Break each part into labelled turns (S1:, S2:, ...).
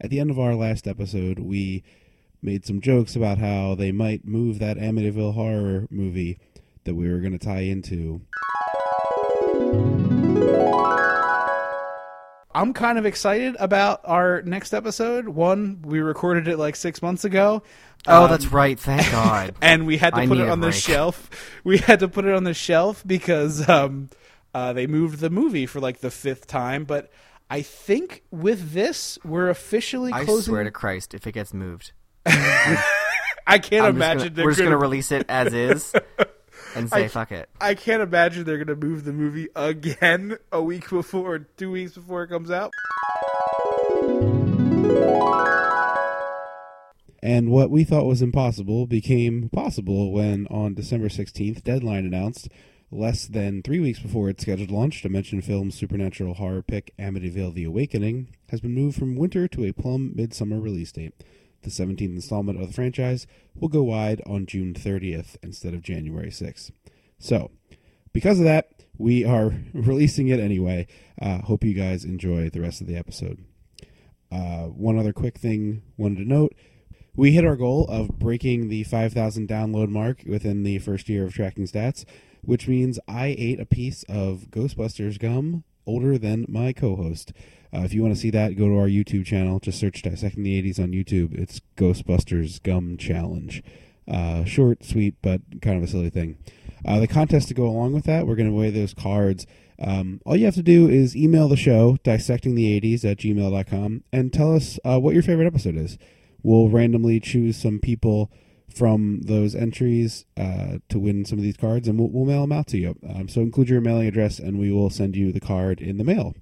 S1: at the end of our last episode, we made some jokes about how they might move that Amityville horror movie that we were going to tie into.
S2: I'm kind of excited about our next episode. One, we recorded it like six months ago.
S3: Oh, that's right. Thank God.
S2: Um, and we had to
S3: I
S2: put
S3: need
S2: it
S3: a
S2: on the
S3: break.
S2: shelf. We had to put it on the shelf because um, uh, they moved the movie for like the fifth time. But I think with this, we're officially
S3: I
S2: closing.
S3: swear to Christ, if it gets moved,
S2: I can't
S3: I'm just gonna-
S2: imagine
S3: we're
S2: they're
S3: just going to
S2: gonna.
S3: release it as is and say fuck it.
S2: I can't imagine they're gonna move the movie again a week before, or two weeks before it comes out.
S1: And what we thought was impossible became possible when, on December 16th, Deadline announced, less than three weeks before its scheduled launch, Dimension Film's supernatural horror pick Amityville The Awakening has been moved from winter to a plum midsummer release date. The 17th installment of the franchise will go wide on June 30th instead of January 6th. So, because of that, we are releasing it anyway. Uh, hope you guys enjoy the rest of the episode. Uh, one other quick thing wanted to note we hit our goal of breaking the 5,000 download mark within the first year of tracking stats, which means I ate a piece of Ghostbusters gum older than my co host. Uh, if you want to see that, go to our YouTube channel. Just search Dissecting the 80s on YouTube. It's Ghostbusters Gum Challenge. Uh, short, sweet, but kind of a silly thing. Uh, the contest to go along with that, we're going to weigh those cards. Um, all you have to do is email the show, dissectingthe80s at gmail.com, and tell us uh, what your favorite episode is we'll randomly choose some people from those entries uh, to win some of these cards, and we'll, we'll mail them out to you. Um, so include your mailing address, and we will send you the card in the mail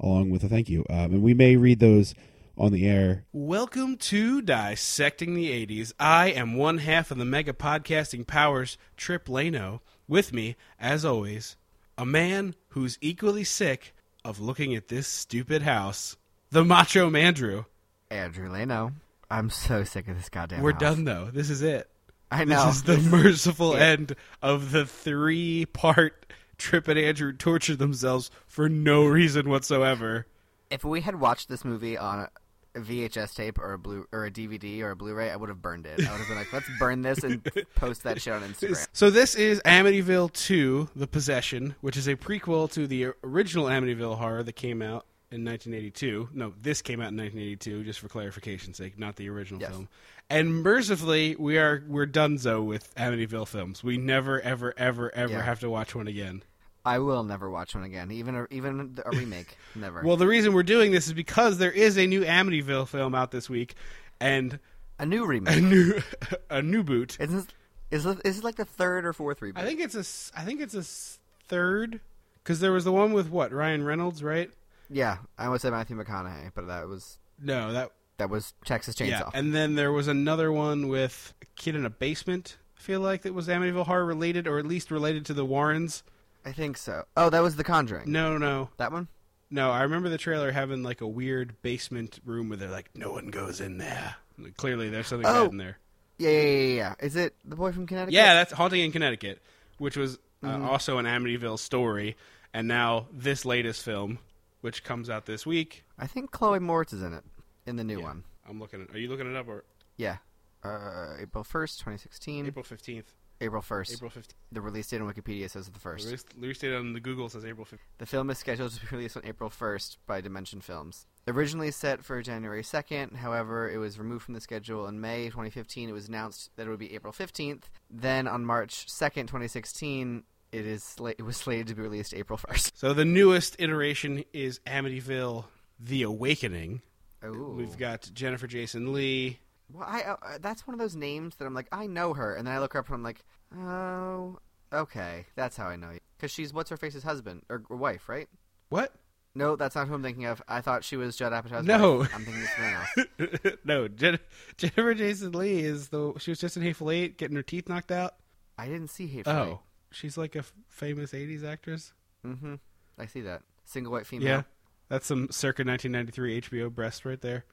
S1: along with a thank you. Um, and we may read those on the air.
S2: Welcome to Dissecting the 80s. I am one half of the mega podcasting powers, Trip Lano. With me, as always, a man who's equally sick of looking at this stupid house, the Macho Mandrew.
S3: Andrew Leno. I'm so sick of this goddamn
S2: We're
S3: house.
S2: done, though. This is it.
S3: I
S2: Ah. This
S3: know.
S2: is the merciful end of the three part Trip and Andrew torture themselves for no reason whatsoever.
S3: If we had watched this movie on a VHS tape or a blue or a DVD or a Blu-ray, I would have burned it. I would have been like, "Let's burn this and post that shit on Instagram."
S2: So this is Amityville 2: The Possession, which is a prequel to the original Amityville horror that came out in 1982. No, this came out in 1982, just for clarification's sake, not the original
S3: Yes.
S2: film. And mercifully, we are we're donezo with Amityville films. We never, ever, ever, ever
S3: Yeah.
S2: have to watch one again.
S3: I will never watch one again, even a, even a remake. Never.
S2: Well, the reason we're doing this is because there is a new Amityville film out this week, and
S3: a new
S2: a
S3: remake.
S2: new a new boot.
S3: Is this is this, is this like the third or fourth remake?
S2: I think it's a s- I think it's a s- third because there was the one with what Ryan Reynolds, right?
S3: yeah, I almost said Matthew McConaughey, but that was
S2: No, that
S3: that was Texas Chainsaw.
S2: yeah. And then there was another one with a kid in a basement. I feel like that was Amityville horror related, or at least related to the Warrens.
S3: I think so. Oh, that was The Conjuring.
S2: No, no,
S3: That one.
S2: no. I remember the trailer having like a weird basement room where they're like, no one goes in there. Clearly, there's something
S3: Oh.
S2: bad in there.
S3: Yeah, yeah, yeah, yeah, yeah. Is it the boy from Connecticut?
S2: Yeah, that's Haunting in Connecticut, which was uh,
S3: Mm-hmm.
S2: also an Amityville story, and now this latest film, which comes out this week.
S3: I think Chloe Moritz is in it in the new one.
S2: I'm looking. At, are you looking it up or
S3: Yeah. Uh, April 1st, 2016. April,
S2: April fifteenth?
S3: 1st.
S2: April fifteenth.
S3: The release date on Wikipedia says the 1st.
S2: Release release date on the Google says April fifteenth.
S3: The film is scheduled to be released on April 1st by Dimension Films. Originally set for January 2nd, however, it was removed from the schedule in May 2015. It was announced that it would be April 15th. Then on March 2nd, 2016, it is sla- it was slated to be released April 1st.
S2: So the newest iteration is Amityville: The Awakening.
S3: Ooh.
S2: We've got Jennifer Jason Lee.
S3: Well, I, uh, that's one of those names that I'm like, I know her, and then I look her up and I'm like, oh, okay, that's how I know you, because she's what's her face's husband or, or wife, right?
S2: What?
S3: No, that's not who I'm thinking of. I thought she was Judd Apatow's
S2: No.
S3: wife. I'm thinking of someone else.
S2: no, Jen- Jennifer Jason Lee is the. She was just in Hateful Eight, getting her teeth knocked out.
S3: I didn't see Hateful.
S2: Oh, she's like a f- famous '80s actress.
S3: Mm-hmm. I see that single white female.
S2: Yeah. That's some circa 1993 HBO breast right there.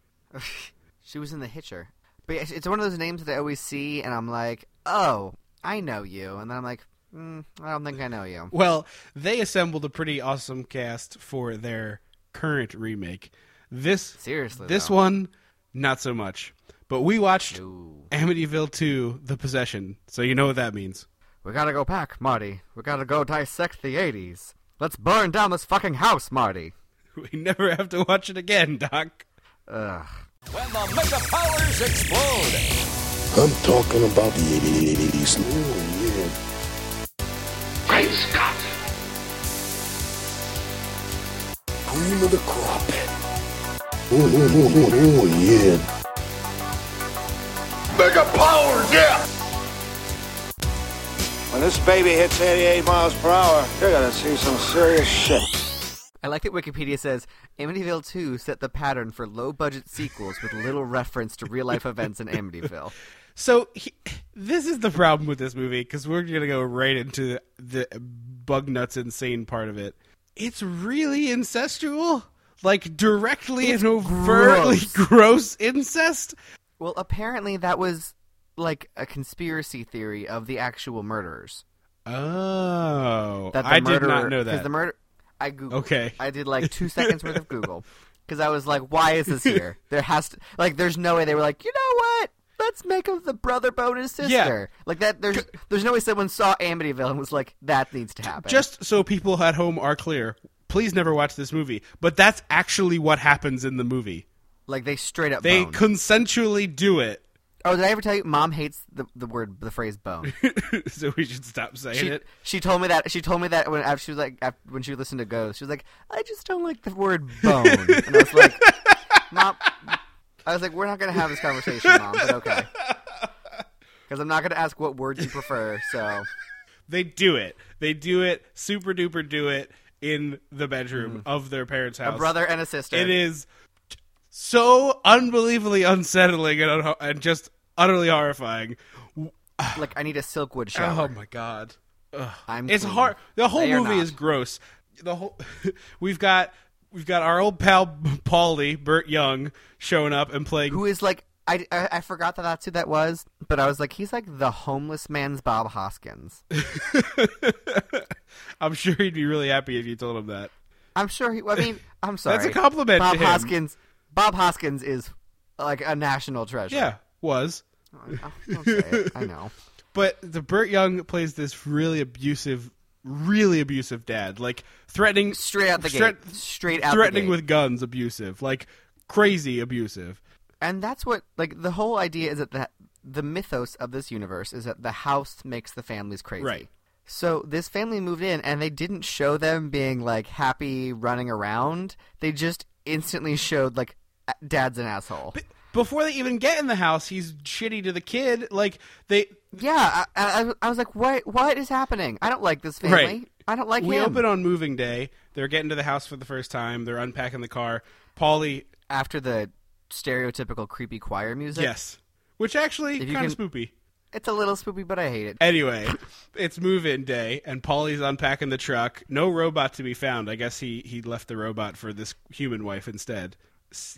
S3: She was in The Hitcher. But yeah, it's one of those names that I always see, and I'm like, oh, I know you, and then I'm like, mm, I don't think I know you.
S2: Well, they assembled a pretty awesome cast for their current remake. This
S3: Seriously,
S2: this
S3: though.
S2: one Not so much. But we watched
S3: Ooh.
S2: Amityville 2 The Possession, so you know what that means.
S3: We gotta go back, Marty. We gotta go dissect the 80s. Let's burn down this fucking house, Marty.
S2: We never have to watch it again, Doc.
S3: Ugh.
S4: When the mega powers explode,
S5: I'm talking about the 80s. Oh, yeah.
S6: Great Scott!
S5: Cream of the crop. Oh, oh, oh, oh, oh, yeah. Mega power, yeah! When this baby hits 88 miles per hour, you're gonna see some serious shit.
S3: I like that Wikipedia says Amityville 2 set the pattern for low budget sequels with little reference to real life events in Amityville.
S2: So he, this is the problem with this movie because we're gonna go right into the, the bug nuts insane part of it. It's really incestual, like directly and overtly gross.
S3: gross.
S2: incest.
S3: Well, apparently that was like a conspiracy theory of the actual murderers.
S2: Oh,
S3: That the
S2: I did
S3: murderer,
S2: not know
S3: 'cause
S2: that.
S3: The murder. I googled.
S2: Okay.
S3: I did like two seconds worth of Google because I was like, "Why is this here? There has to like, there's no way they were like, you know what? Let's make him the brother bone his
S2: Yeah.
S3: sister. Like that. There's there's no way someone saw Amityville and was like, that needs to happen.
S2: Just so people at home are clear, please never watch this movie. But that's actually what happens in the movie.
S3: like they straight up.
S2: They
S3: bone.
S2: consensually do it.
S3: oh, did I ever tell you? Mom hates the the word the phrase bone.
S2: so we should stop saying
S3: She,
S2: it.
S3: she told me that she told me that when after she was like after, when she listened to Ghost, she was like, "I just don't like the word bone," and I was like, "Mom," I was like, "We're not gonna have this conversation, Mom," but okay, because I'm not gonna ask what word you prefer. So
S2: They do it. They do it. Super duper do it in the bedroom of their parents' house.
S3: a brother and a sister.
S2: It is t- so unbelievably unsettling and, unho and just utterly horrifying.
S3: like I need a Silkwood
S2: Oh
S3: shower.
S2: my god. Ugh.
S3: I'm
S2: It's
S3: clean.
S2: hard. The whole
S3: They are
S2: movie
S3: not.
S2: is gross. The whole we've got we've got our old pal Paulie Burt Young showing up and playing
S3: Who is like I, I I forgot that that's who that was, but I was like, he's like the homeless man's Bob Hoskins.
S2: I'm sure he'd be really happy if you told him that.
S3: I'm sure he. I mean, I'm sorry.
S2: a compliment
S3: Bob
S2: to him.
S3: Hoskins. Bob Hoskins is like a national treasure.
S2: Yeah, was.
S3: Oh, don't say it. I know.
S2: But the Burt Young plays this really abusive, really abusive dad, like threatening
S3: Straight out the
S2: threat-
S3: gate. Straight out the
S2: threatening
S3: gate.
S2: with guns, abusive, like crazy abusive.
S3: And that's what like the whole idea is that the, the mythos of this universe is that the house makes the families crazy.
S2: Right.
S3: So this family moved in and they didn't show them being like happy running around. They just instantly showed like a- dad's an asshole.
S2: Before they even get in the house, he's shitty to the kid. Like they,
S3: yeah, I, I, I was like, what? What is happening? I don't like this family.
S2: Right.
S3: I don't like
S2: we
S3: him.
S2: open on moving day. They're getting to the house for the first time. They're unpacking the car. Paulie,
S3: After the stereotypical creepy choir music.
S2: yes, which actually
S3: If you
S2: kind of
S3: can-
S2: spoopy.
S3: It's a little spoopy, but I hate it.
S2: Anyway, it's move-in day, and Paulie's unpacking the truck. No robot to be found. I guess he he left the robot for this human wife instead.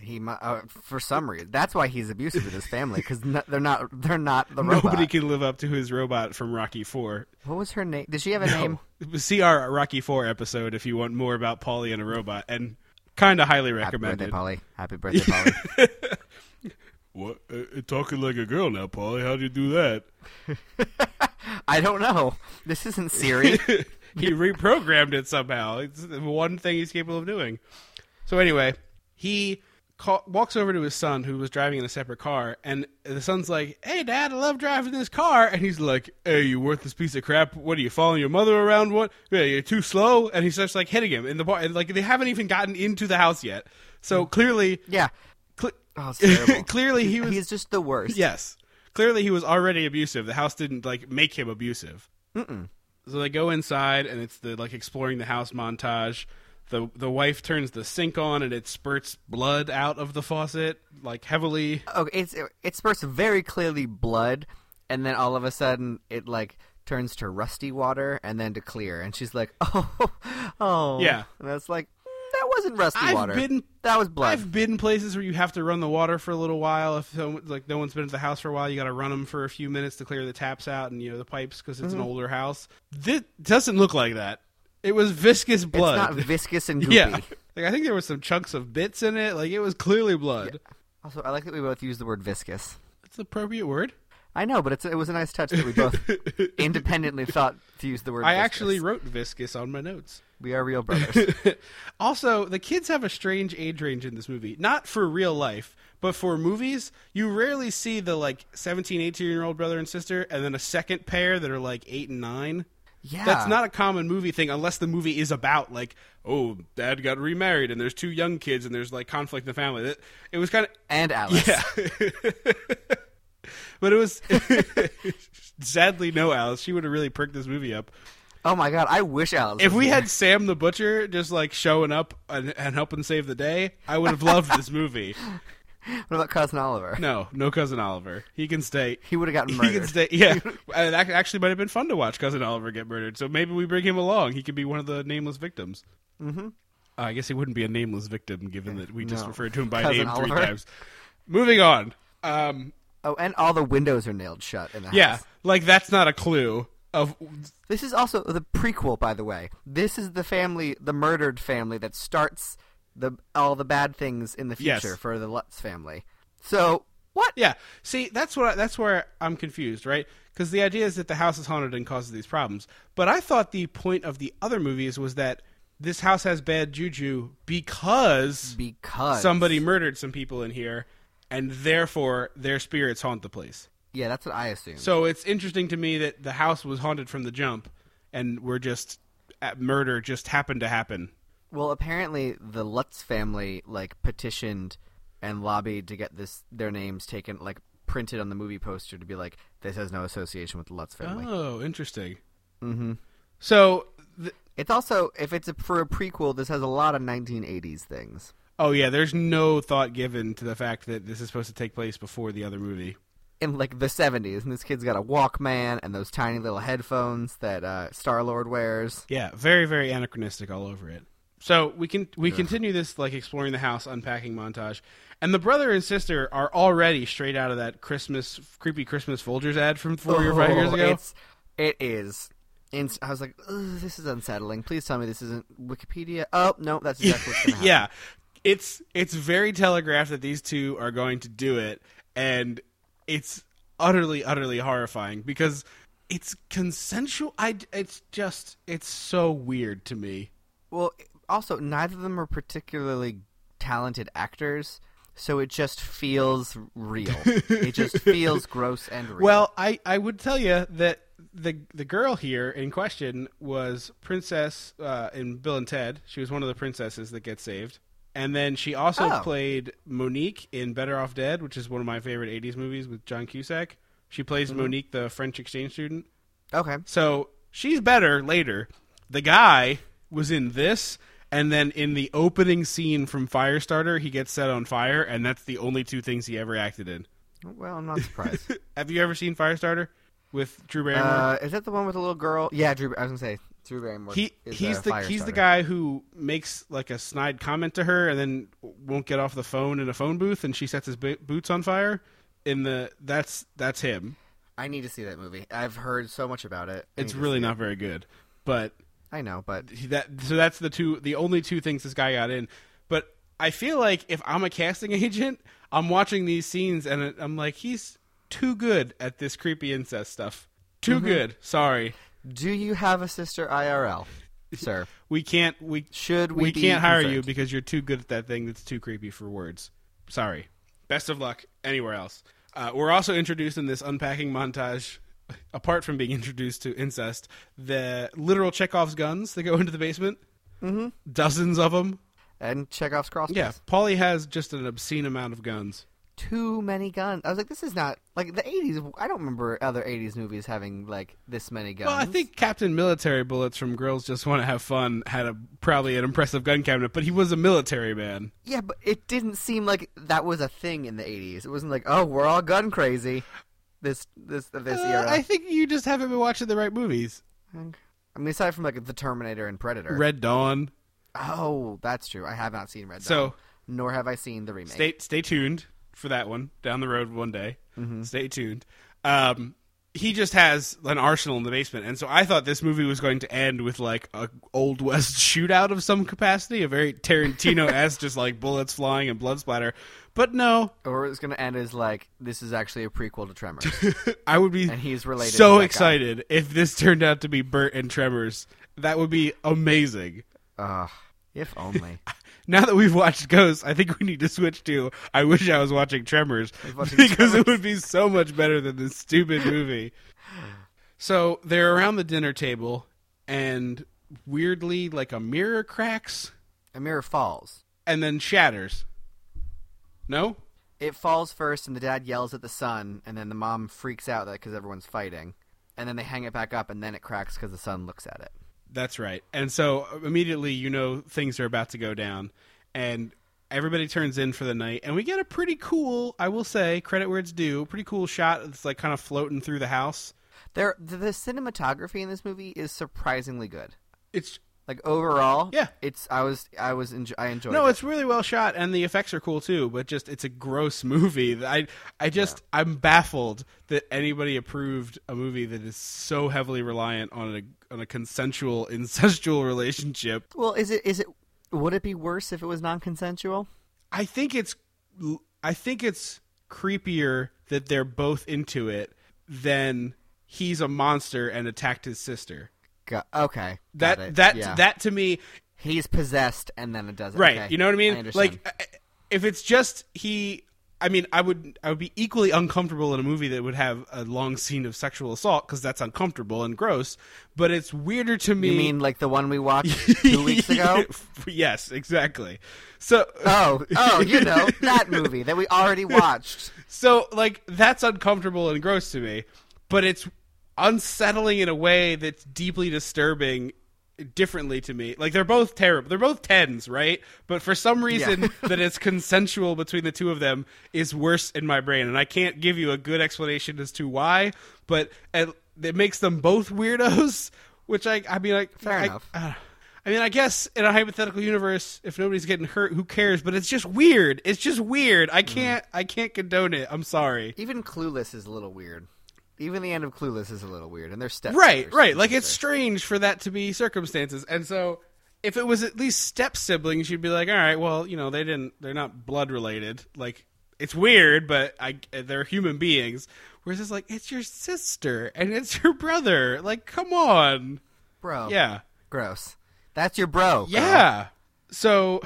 S3: He mu- uh, for some reason that's why he's abusive with his family because no, they're not they're not the robot.
S2: Nobody can live up to his robot from Rocky Four.
S3: What was her name? Did she have a name?
S2: See our Rocky Four episode if you want more about Polly and a robot, and kind of highly
S3: Happy birthday,
S2: recommended.
S3: Polly. Happy birthday, Polly.
S2: What uh, talking like a girl now, Polly? How do you do that?
S3: I don't know. This isn't Siri.
S2: he reprogrammed it somehow. It's the one thing he's capable of doing. So anyway, he call, walks over to his son who was driving in a separate car, and the son's like, "Hey, Dad, I love driving this car." And he's like, "Hey, you worthless piece of crap! What are you following your mother around? What? Yeah, you're too slow." And he starts like hitting him in the bar. And, like they haven't even gotten into the house yet. So clearly,
S3: yeah.
S2: cle-
S3: Oh, it's terrible.
S2: clearly he was
S3: He's just the worst.
S2: Yes. Clearly, he was already abusive. The house didn't like make him abusive. Mm-mm. So they go inside, and it's the like exploring the house montage. the The wife turns the sink on, and it spurts blood out of the faucet, like heavily.
S3: Okay. It's it spurts very clearly blood, and then all of a sudden it like turns to rusty water and then to clear, and she's like, oh, oh,
S2: Yeah.
S3: And that's like "Mm, that wasn't rusty
S2: I've
S3: water.
S2: been-
S3: that was blood.
S2: I've been places where you have to run the water for a little while. If so, like no one's been to the house for a while, you got to run them for a few minutes to clear the taps out and you know the pipes because it's an older house. This doesn't look like that. It was viscous blood.
S3: It's not viscous and goopy.
S2: yeah, like I think there was some chunks of bits in it. Like it was clearly blood.
S3: Also, I like that we both use the word viscous.
S2: That's the appropriate word.
S3: I know, but it's, it was a nice touch that we both independently thought to use the word.
S2: I
S3: viscous.
S2: actually wrote viscous on my notes.
S3: we are real brothers.
S2: also, the kids have a strange age range in this movie. Not for real life, but for movies, you rarely see the like 17, 18 year old brother and sister and then a second pair that are like 8 and 9.
S3: yeah,
S2: That's not a common movie thing unless the movie is about like, oh, dad got remarried and there's two young kids and there's like conflict in the family. It, it was kind of
S3: and Alice.
S2: yeah. but it was sadly no Alice. She would have really pricked this movie up.
S3: Oh my god, I wish Alice.
S2: If
S3: was
S2: we
S3: there.
S2: had Sam the Butcher just like showing up and, and helping save the day, I would have loved this movie.
S3: what about Cousin Oliver?
S2: No, no cousin Oliver. He can stay.
S3: He would have gotten
S2: He can
S3: murdered.
S2: stay. Yeah, and that actually might have been fun to watch cousin Oliver get murdered. So maybe we bring him along. He could be one of the nameless victims. Mm-hmm. I guess he wouldn't be a nameless victim given that we just
S3: No.
S2: referred to him by
S3: Cousin
S2: name three
S3: Oliver.
S2: times. Moving on. Um,
S3: Oh, and all the windows are nailed shut in the house.
S2: Yeah, like that's not a clue of
S3: This is also the prequel, by the way. This is the family, the murdered family that starts the all the bad things in the
S2: Yes.
S3: future for the Lutz family. So what?
S2: yeah. See, that's what I, that's where I'm confused, right? Because the idea is that the house is haunted and causes these problems. But I thought the point of the other movies was that this house has bad juju because
S3: Because
S2: somebody murdered some people in here, and therefore their spirits haunt the place.
S3: Yeah, that's what I assume.
S2: So it's interesting to me that the house was haunted from the jump, and we're just at murder just happened to happen.
S3: well, apparently the Lutz family like petitioned and lobbied to get this their names taken like printed on the movie poster to be like this has no association with the Lutz family.
S2: Oh, interesting. Mm-hmm. So
S3: It's also if it's a, for a prequel, this has a lot of 1980s things.
S2: Oh yeah, there's no thought given to the fact that this is supposed to take place before the other movie.
S3: in like the 70s and this kid's got a walkman and those tiny little headphones that uh, star lord wears
S2: Yeah, very very anachronistic all over it. So we can we continue this like exploring the house unpacking montage, and the brother and sister are already straight out of that Christmas creepy Christmas Folgers ad from four or five years
S3: Oh,
S2: ago.
S3: it's, it is Inst- i was like "Ugh, this is unsettling please tell me this isn't wikipedia oh no that's exactly what's gonna happen.
S2: yeah, it's it's very telegraphed that these two are going to do it, and it's utterly utterly horrifying because it's consensual. I it's just it's so weird to me.
S3: well also neither of them are particularly talented actors so it just feels real it just feels gross and real
S2: Well, I, I would tell you that the the girl here in question was Princess uh, in Bill and Ted. She was one of the princesses that gets saved, and then she also
S3: Oh.
S2: played Monique in Better Off Dead, which is one of my favorite '80s movies with John Cusack. She plays Monique, the French exchange student.
S3: okay
S2: So she's better later. The guy was in this, and then in the opening scene from Firestarter, he gets set on fire, and that's the only two things he ever acted in.
S3: well i'm not surprised
S2: Have you ever seen Firestarter with Drew Barrymore?
S3: uh, is that the one with the little girl yeah drew i was gonna say drew barrymore
S2: he
S3: is
S2: he's
S3: a
S2: the he's the
S3: Firestarter.
S2: guy who makes like a snide comment to her and then won't get off the phone in a phone booth, and she sets his bo- boots on fire. In the that's that's him.
S3: I need to see that movie. I've heard so much about it. I
S2: It's
S3: need to
S2: really
S3: see it.
S2: not very good, but
S3: I know, but
S2: he- that so that's the two the only two things this guy got in. But I feel like if I'm a casting agent, I'm watching these scenes and it- I'm like, he's too good at this creepy incest stuff. Too
S3: Mm-hmm.
S2: good. Sorry,
S3: do you have a sister IRL, sir?
S2: we can't. We
S3: Should we
S2: we
S3: be
S2: can't hire you
S3: concerned?
S2: because you're too good at that thing that's too creepy for words. Sorry. Best of luck anywhere else. Uh, we're also introduced in this unpacking montage, apart from being introduced to incest, the literal Chekhov's guns that go into the basement. Mm-hmm. Dozens of them.
S3: And Chekhov's crossbows.
S2: Yeah, Polly has just an obscene amount of guns.
S3: Too many guns. I was like, this is not like the '80s. I don't remember other '80s movies having like this many guns.
S2: Well, I think Captain Military Bullets from Girls Just Want to Have Fun had a probably an impressive gun cabinet, but he was a military man.
S3: Yeah, but it didn't seem like that was a thing in the '80s. It wasn't like, oh, we're all gun crazy. This this this
S2: Uh,
S3: era.
S2: I think you just haven't been watching the right movies.
S3: I mean, aside from like the Terminator and Predator.
S2: Red Dawn.
S3: oh, that's true. I have not seen Red.
S2: So-
S3: Dawn, nor have I seen the remake.
S2: Stay stay tuned for that one down the road one day.
S3: Mm-hmm.
S2: Stay tuned. Um, he just has an arsenal in the basement, and so I thought this movie was going to end with like a old west shootout of some capacity, a very Tarantino esque, just like bullets flying and blood splatter. But no,
S3: Or it's going to end as like this is actually a prequel to Tremors,
S2: I would be
S3: and he's related. to
S2: so
S3: that guy.
S2: excited if this turned out to be Bert and Tremors. That would be amazing.
S3: Ugh, if only.
S2: Now that we've watched Ghosts, I think we need to switch to I wish I was watching Tremors
S3: watching
S2: because it would be so much better than this stupid movie. So they're around the dinner table, and weirdly, like a mirror cracks
S3: a mirror falls.
S2: and then shatters. No?
S3: It falls first, and the dad yells at the son, and then the mom freaks out that because everyone's fighting, and then they hang it back up, and then it cracks because the son looks at it.
S2: That's right. And so immediately you know things are about to go down and everybody turns in for the night and we get a pretty cool, I will say, credit where it's due, pretty cool shot that's like kind of floating through the house.
S3: There, the, the cinematography in this movie is surprisingly good.
S2: It's
S3: Like overall,
S2: Yeah.
S3: it's I was I was enjoy, I enjoyed.
S2: no,
S3: it.
S2: it's really well shot and the effects are cool too, but just it's a gross movie. I I just I'm baffled that anybody approved a movie that is so heavily reliant on a on a consensual incestual relationship.
S3: well. Is it is it would it be worse if it was non-consensual?
S2: I think it's I think it's creepier that they're both into it than he's a monster and attacked his sister.
S3: Go- okay, got
S2: That
S3: it.
S2: that
S3: yeah.
S2: that to me,
S3: he's possessed, and then it does it.
S2: right?
S3: Okay,
S2: You know what I mean?
S3: understand.
S2: like I- if it's just he I mean, I would I would be equally uncomfortable in a movie that would have a long scene of sexual assault because that's uncomfortable and gross. But it's weirder to me.
S3: you mean like the one we watched two weeks ago?
S2: yes, exactly. So
S3: Oh, oh, you know that movie that we already watched.
S2: So like that's uncomfortable and gross to me, but it's unsettling in a way that's deeply disturbing differently to me. Like they're both terrible. They're both tens, right? But for some reason that it's consensual between the two of them is worse in my brain and I can't give you a good explanation as to why, but it, it makes them both weirdos, which I I mean like
S3: Fair
S2: I-
S3: enough.
S2: uh, I mean, I guess in a hypothetical universe, if nobody's getting hurt, who cares? But it's just weird. It's just weird. I can't. I can't condone it. I'm sorry.
S3: Even Clueless is a little weird. Even the end of Clueless is a little weird, and they're step
S2: Right.
S3: brothers,
S2: Right. Like
S3: so
S2: it's strange for that to be circumstances. And so, if it was at least step siblings, you'd be like, all right, well, you know, they didn't. They're not blood related. Like it's weird, but I they're human beings. Whereas it's like it's your sister and it's your brother. Like, come on.
S3: bro.
S2: Yeah.
S3: gross. That's your bro.
S2: Yeah. Uh, So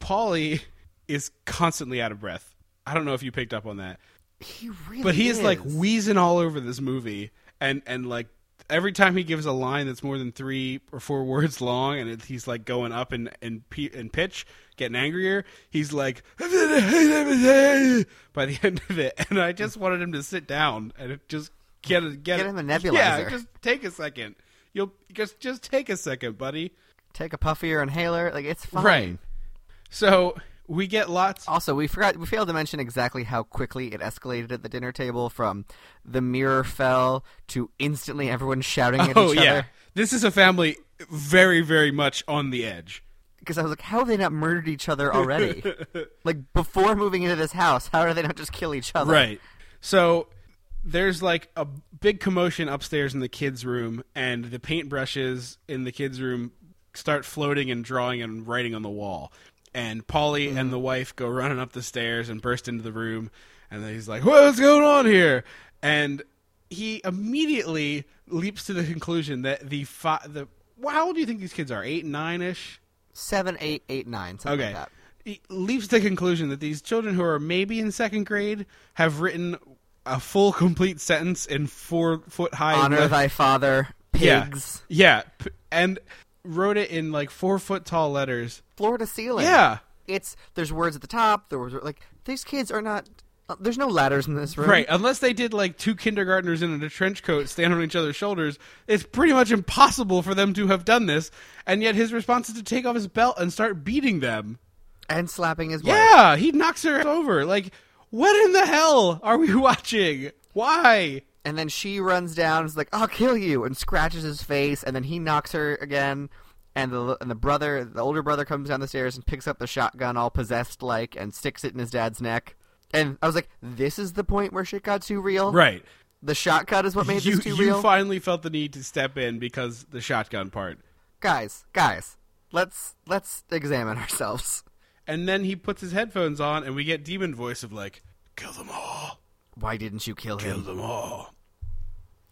S2: Paulie is constantly out of breath. I don't know if you picked up on that.
S3: he really.
S2: But he is,
S3: is
S2: like wheezing all over this movie and and like every time he gives a line that's more than 3 or 4 words long and it, he's like going up in in, p- in pitch, getting angrier, he's like by the end of it and I just wanted him to sit down and it just get a, get,
S3: Get him a
S2: Yeah,
S3: nebulizer.
S2: just take a second. You'll just just take a second, buddy.
S3: take a puffier inhaler. Like it's fine.
S2: Right. So we get lots.
S3: Also, we forgot we failed to mention exactly how quickly it escalated at the dinner table from the mirror fell to instantly everyone shouting at
S2: Oh
S3: each
S2: yeah,
S3: other.
S2: this is a family very, very much on the edge.
S3: Because I was like, how have they not murdered each other already? like before moving into this house, how do they not just kill each other?
S2: Right. So there's like a big commotion upstairs in the kids' room, and the paintbrushes in the kids' room start floating and drawing and writing on the wall. And Polly and the wife go running up the stairs and burst into the room, and then he's like, "What's going on here?" And he immediately leaps to the conclusion that the fi- the how old do you think these kids are? Eight, nine ish.
S3: Seven, eight, eight, nine, something
S2: Okay.
S3: like that.
S2: He leaps to the conclusion that these children who are maybe in second grade have written a full complete sentence in four foot high
S3: Honor
S2: le-
S3: thy father,
S2: yeah.
S3: pigs,
S2: Yeah. P- And wrote it in like four foot tall letters.
S3: floor to ceiling.
S2: Yeah.
S3: It's there's words at the top, there was like these kids are not uh, there's no ladders in this room.
S2: Right. Unless they did like two kindergartners in a trench coat stand on each other's shoulders, it's pretty much impossible for them to have done this. And yet his response is to take off his belt and start beating them.
S3: And slapping his wife.
S2: Yeah, he knocks her over. Like, what in the hell are we watching? Why?
S3: And then she runs down and is like, "I'll kill you!" and scratches his face. And then he knocks her again. And the and the brother, the older brother, comes down the stairs and picks up the shotgun, all possessed like, and sticks it in his dad's neck. And I was like, "This is the point where shit got too real."
S2: Right.
S3: The shotgun is what made
S2: you,
S3: this too
S2: you
S3: real.
S2: finally felt the need to step in because the shotgun part.
S3: guys, guys, let's let's examine ourselves.
S2: and then he puts his headphones on, and we get demon voice of like, "Kill them all,
S3: Why didn't you kill
S2: kill
S3: him?
S2: them all."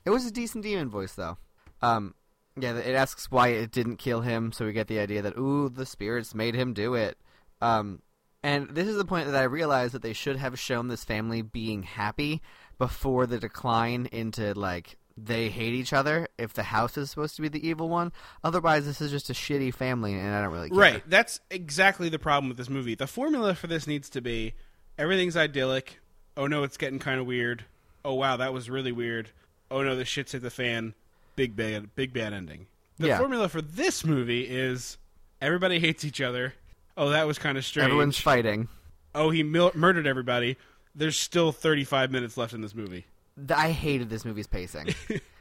S3: It was a decent demon voice though. Um, yeah, it asks why it didn't kill him, so we get the idea that ooh, the spirits made him do it. Um, and this is the point that I realized that they should have shown this family being happy before the decline into like they hate each other. If the house is supposed to be the evil one, otherwise this is just a shitty family, and I don't really care.
S2: Right. That's exactly the problem with this movie. The formula for this needs to be everything's idyllic. Oh no, it's getting kind of weird. Oh wow, that was really weird. Oh no, the shit's hit the fan. Big bad, big bad ending. The
S3: Yeah.
S2: formula for this movie is everybody hates each other. Oh, that was kind of strange.
S3: Everyone's fighting.
S2: oh, he mil- murdered everybody. There's still 35 minutes left in this movie.
S3: Th- I hated this movie's pacing.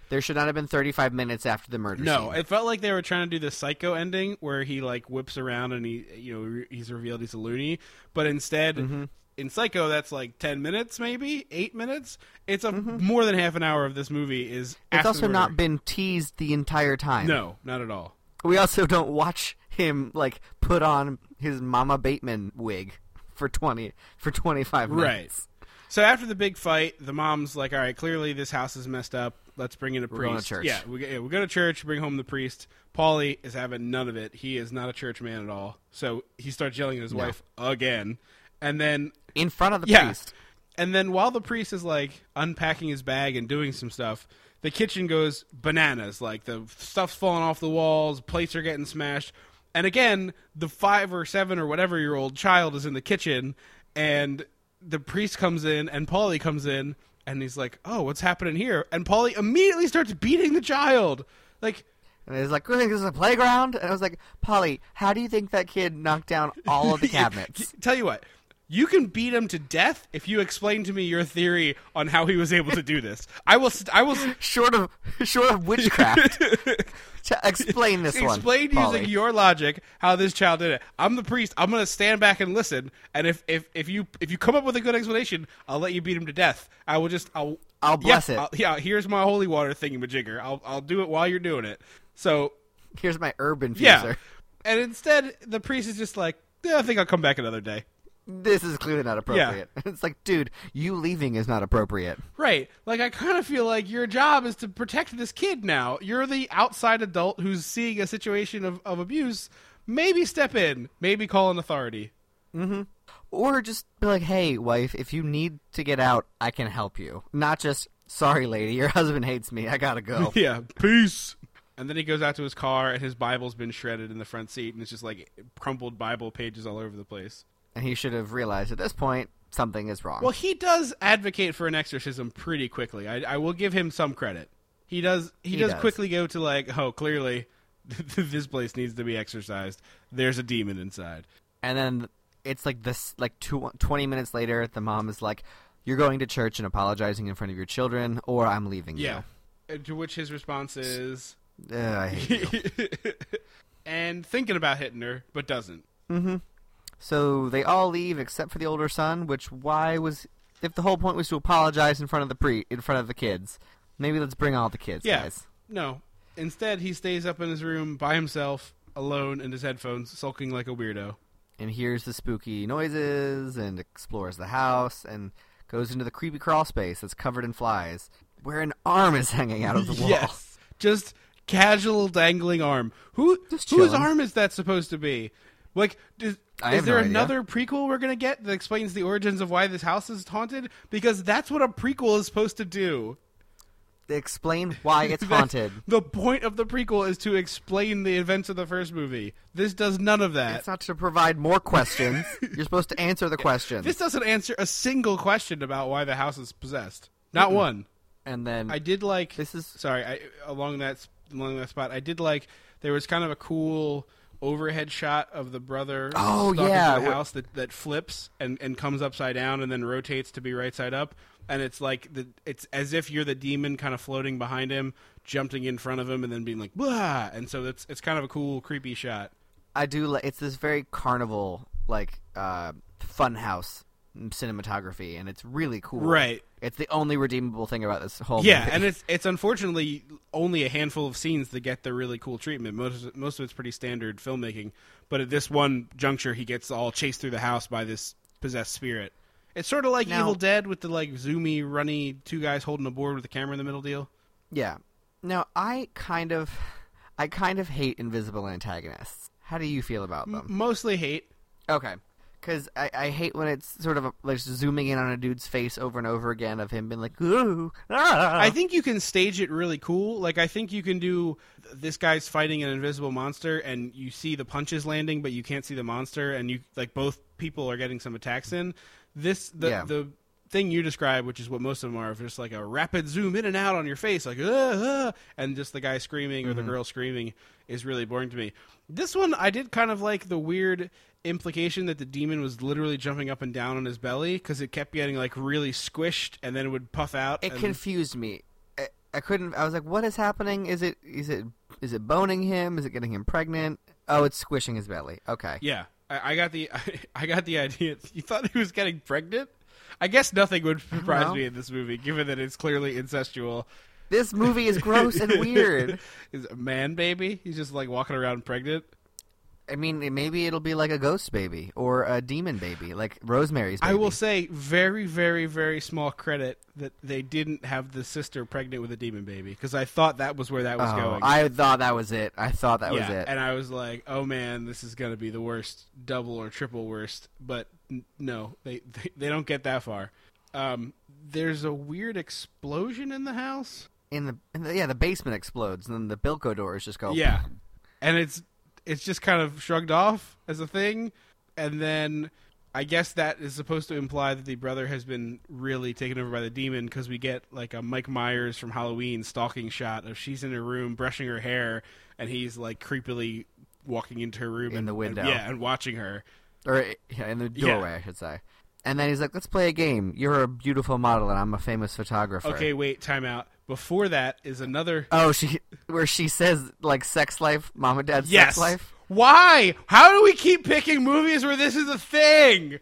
S3: there should not have been 35 minutes after the murder.
S2: No,
S3: scene.
S2: it felt like they were trying to do the psycho ending where he like whips around and he you know re- he's revealed he's a loony, but instead in psycho that's like 10 minutes maybe, 8 minutes. It's a more than half an hour of this movie is
S3: it's also
S2: absolute
S3: not
S2: murder.
S3: been teased the entire time.
S2: No, not at all.
S3: We also don't watch him like put on his Mama Bateman wig for twenty for twenty five minutes.
S2: So after the big fight, the mom's like, "All right, clearly this house is messed up. Let's bring in a priest."
S3: going to church.
S2: Yeah, we, yeah, we go to church, bring home the priest. Paulie is having none of it. He is not a church man at all. So he starts yelling at his wife again, and then
S3: In front of the
S2: yeah,
S3: priest.
S2: and then while the priest is like unpacking his bag and doing some stuff, the kitchen goes bananas. Like the stuff's falling off the walls, plates are getting smashed, and again, the five or seven or whatever year old child is in the kitchen, and the priest comes in and Polly comes in and he's like, "Oh, what's happening here?" And Polly immediately starts beating the child. Like,
S3: And he's like, "You think this is a playground?" And I was like, "Polly, how do you think that kid knocked down all of the cabinets?"
S2: tell you what. You can beat him to death if you explain to me your theory on how he was able to do this. I will. St- I will. st-
S3: short of short of witchcraft. to explain this one.
S2: Explain
S3: Polly.
S2: using your logic how this child did it. I'm the priest. I'm gonna stand back and listen. And if if, if you if you come up with a good explanation, I'll let you beat him to death. I will just I'll
S3: I'll bless
S2: yeah, uh,
S3: it.
S2: I'll- yeah, here's my holy water thingamajigger. I'll I'll do it while you're doing it. So
S3: Here's my urban
S2: yeah.
S3: fuser.
S2: And instead, the priest is just like, "Yeah, I think I'll come back another day.
S3: This is clearly not appropriate. It's like, dude, you leaving is not appropriate.
S2: Right. Like I kind of feel like your job is to protect this kid now. You're the outside adult who's seeing a situation of, of abuse. Maybe step in. Maybe call an authority.
S3: Or just be like, hey, wife, if you need to get out, I can help you. Not just, sorry, lady, your husband hates me. I gotta go.
S2: Yeah, peace. And then he goes out to his car, and his Bible's been shredded in the front seat, and it's just like crumpled Bible pages all over the place.
S3: and he should have realized at this point something is wrong.
S2: Well, he does advocate for an exorcism pretty quickly. I, I will give him some credit. He does. He,
S3: He
S2: does,
S3: does.
S2: quickly go to like, oh, clearly, this place needs to be exorcised. There's a demon inside.
S3: and then it's like this, like two, 20 minutes later, the mom is like, you're going to church and apologizing in front of your children, or I'm leaving
S2: Yeah. Uh, To which his response is,
S3: you. Ugh, I hate you.
S2: and thinking about hitting her, but doesn't.
S3: so they all leave except for the older son, which why was, if the whole point was to apologize in front of the pre, in front of the kids, maybe let's bring all the kids,
S2: Yeah.
S3: guys.
S2: No. Instead, he stays up in his room by himself, alone, in his headphones, sulking like a weirdo.
S3: and hears the spooky noises and explores the house and goes into the creepy crawl space that's covered in flies where an arm is hanging out of the wall.
S2: Just casual dangling arm. Who
S3: Just
S2: whose
S3: chilling.
S2: arm is that supposed to be? Like is,
S3: I
S2: is
S3: have no
S2: there
S3: idea.
S2: another prequel we're going to get that explains the origins of why this house is haunted? Because that's what a prequel is supposed to do.
S3: They explain why it's
S2: That's-
S3: haunted.
S2: The point of the prequel is to explain the events of the first movie. This does none of that.
S3: It's not to provide more questions. You're supposed to answer the questions.
S2: this doesn't answer a single question about why the house is possessed. Not one.
S3: and then
S2: I did like
S3: This is-
S2: sorry. I along that s- along that spot, I did like there was kind of a cool overhead shot of the brother.
S3: Oh,
S2: stalking
S3: yeah.
S2: through the
S3: Wh-
S2: house that that flips and and comes upside down and then rotates to be right side up. And it's like the it's as if you're the demon kind of floating behind him, jumping in front of him, and then being like blah. And so it's it's kind of a cool creepy shot.
S3: I do. li- It's this very carnival like uh, fun house cinematography, and it's really cool.
S2: Right.
S3: It's the only redeemable thing about this whole
S2: Yeah,
S3: movie.
S2: and it's it's unfortunately only a handful of scenes that get the really cool treatment. Most most of it's pretty standard filmmaking, but at this one juncture, he gets all chased through the house by this possessed spirit. It's sort of like
S3: Now-
S2: Evil Dead with the like zoomy, runny two guys holding a board with a camera in the middle deal.
S3: yeah. Now I kind of, I kind of hate invisible antagonists. How do you feel about them?
S2: Mostly hate.
S3: Okay. Because I, I hate when it's sort of like zooming in on a dude's face over and over again of him being like, ooh, ah.
S2: I think you can stage it really cool. Like I think you can do this guy's fighting an invisible monster and you see the punches landing but you can't see the monster and you like both people are getting some attacks in. This the
S3: Yeah.
S2: the thing you describe which is what most of them are if just like a rapid zoom in and out on your face like uh, uh, and just the guy screaming
S3: Mm-hmm.
S2: or the girl screaming is really boring to me. This one I did kind of like the weird implication that the demon was literally jumping up and down on his belly cuz it kept getting like really squished and then it would puff out
S3: It
S2: and-
S3: confused me. I, I couldn't. I was like, "What is happening? Is it? Is it? Is it boning him? Is it getting him pregnant? Oh, it's squishing his belly. Okay.
S2: Yeah, I, I got the I, got the idea. You thought he was getting pregnant? I guess nothing would surprise
S3: know.
S2: me in this movie, given that it's clearly incestual.
S3: This movie is gross and weird.
S2: Is it a man baby? He's just like walking around pregnant.
S3: I mean, maybe it'll be like a ghost baby or a demon baby, like Rosemary's. Baby.
S2: I will say, very, very, very small credit that they didn't have the sister pregnant with a demon baby because I thought that was where that was
S3: Oh,
S2: going.
S3: I thought that was it. I thought that was it.
S2: and I was like, "Oh man, this is gonna be the worst, double or triple worst." But n- no, they they, they don't get that far. Um, there's a weird explosion in the house.
S3: in, the, in the yeah, the basement explodes, and then the Bilko doors just go.
S2: Yeah, and it's it's just kind of shrugged off as a thing, and then I guess that is supposed to imply that the brother has been really taken over by the demon because we get like a Mike Myers from Halloween stalking shot of she's in her room brushing her hair, and he's like creepily walking into her room
S3: In
S2: and,
S3: the window.
S2: and- yeah, and watching her.
S3: or yeah, in the doorway, I should say. And then he's like, "Let's play a game. You're a beautiful model, and I'm a famous photographer."
S2: Okay, wait, time out. Before that is another.
S3: Oh, she where she says like sex life, mom and dad's
S2: yes.
S3: sex life.
S2: Why? How do we keep picking movies where this is a thing?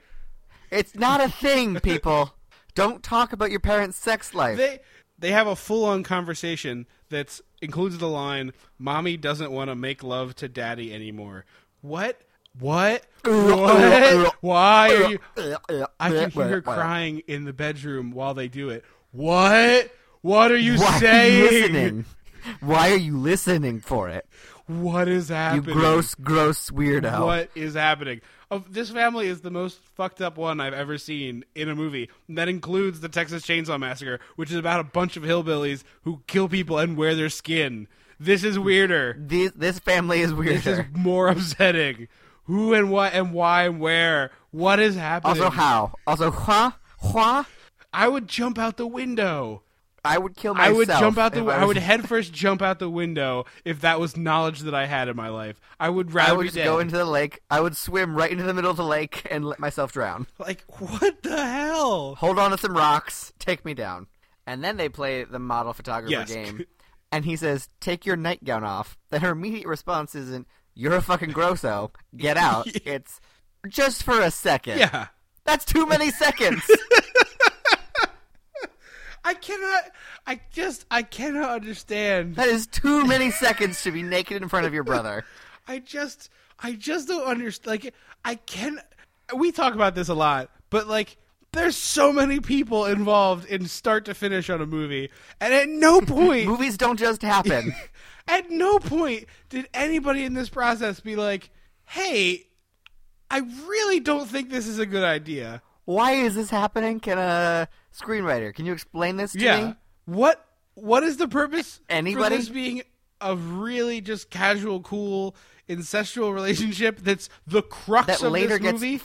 S3: It's not a thing, people. Don't talk about your parents' sex life.
S2: they they have a full on conversation that includes the line, "Mommy doesn't want to make love to Daddy anymore." What? What? What? Why are you? I can hear her crying in the bedroom while they do it. What? What are you
S3: Why are you
S2: saying?
S3: listening? Why are you listening for it?
S2: What is
S3: You
S2: happening?
S3: gross, gross weirdo.
S2: What is happening? Oh, this family is the most fucked up one I've ever seen in a movie. And that includes the Texas Chainsaw Massacre, which is about a bunch of hillbillies who kill people and wear their skin. This is weirder.
S3: These, this family is
S2: This is
S3: weirder.
S2: more upsetting. Who and what and why and where? What is happening?
S3: Also, how? Also, huh? Huh?
S2: I would jump out the window.
S3: I would kill
S2: I
S3: myself.
S2: would jump out the.
S3: if
S2: I,
S3: was-
S2: would head first jump out the window if that was knowledge that I had in my life. I would rather
S3: I would
S2: be
S3: just
S2: dead.
S3: go into the lake. I would swim right into the middle of the lake and let myself drown.
S2: like what the hell?
S3: Hold on to some rocks. Take me down. And then they play the model photographer
S2: Yes.
S3: game. And he says, "Take your nightgown off." Then her immediate response isn't, "You're a fucking grosso. Get out." it's just for a second.
S2: Yeah.
S3: That's too many seconds.
S2: I cannot. I just. I cannot understand.
S3: that is too many seconds to be naked in front of your brother.
S2: I just. I just don't understand. Like I can. We talk about this a lot, but like there's so many people involved in start to finish on a movie, and at no point,
S3: Movies don't just happen.
S2: at no point did anybody in this process be like, "Hey, I really don't think this is a good idea."
S3: Why is this happening? Can a screenwriter? Can you explain this to me?
S2: What what is the purpose
S3: Anybody?
S2: for this being a really just casual, cool, incestual relationship that's the crux
S3: that
S2: of
S3: later
S2: this
S3: gets
S2: movie?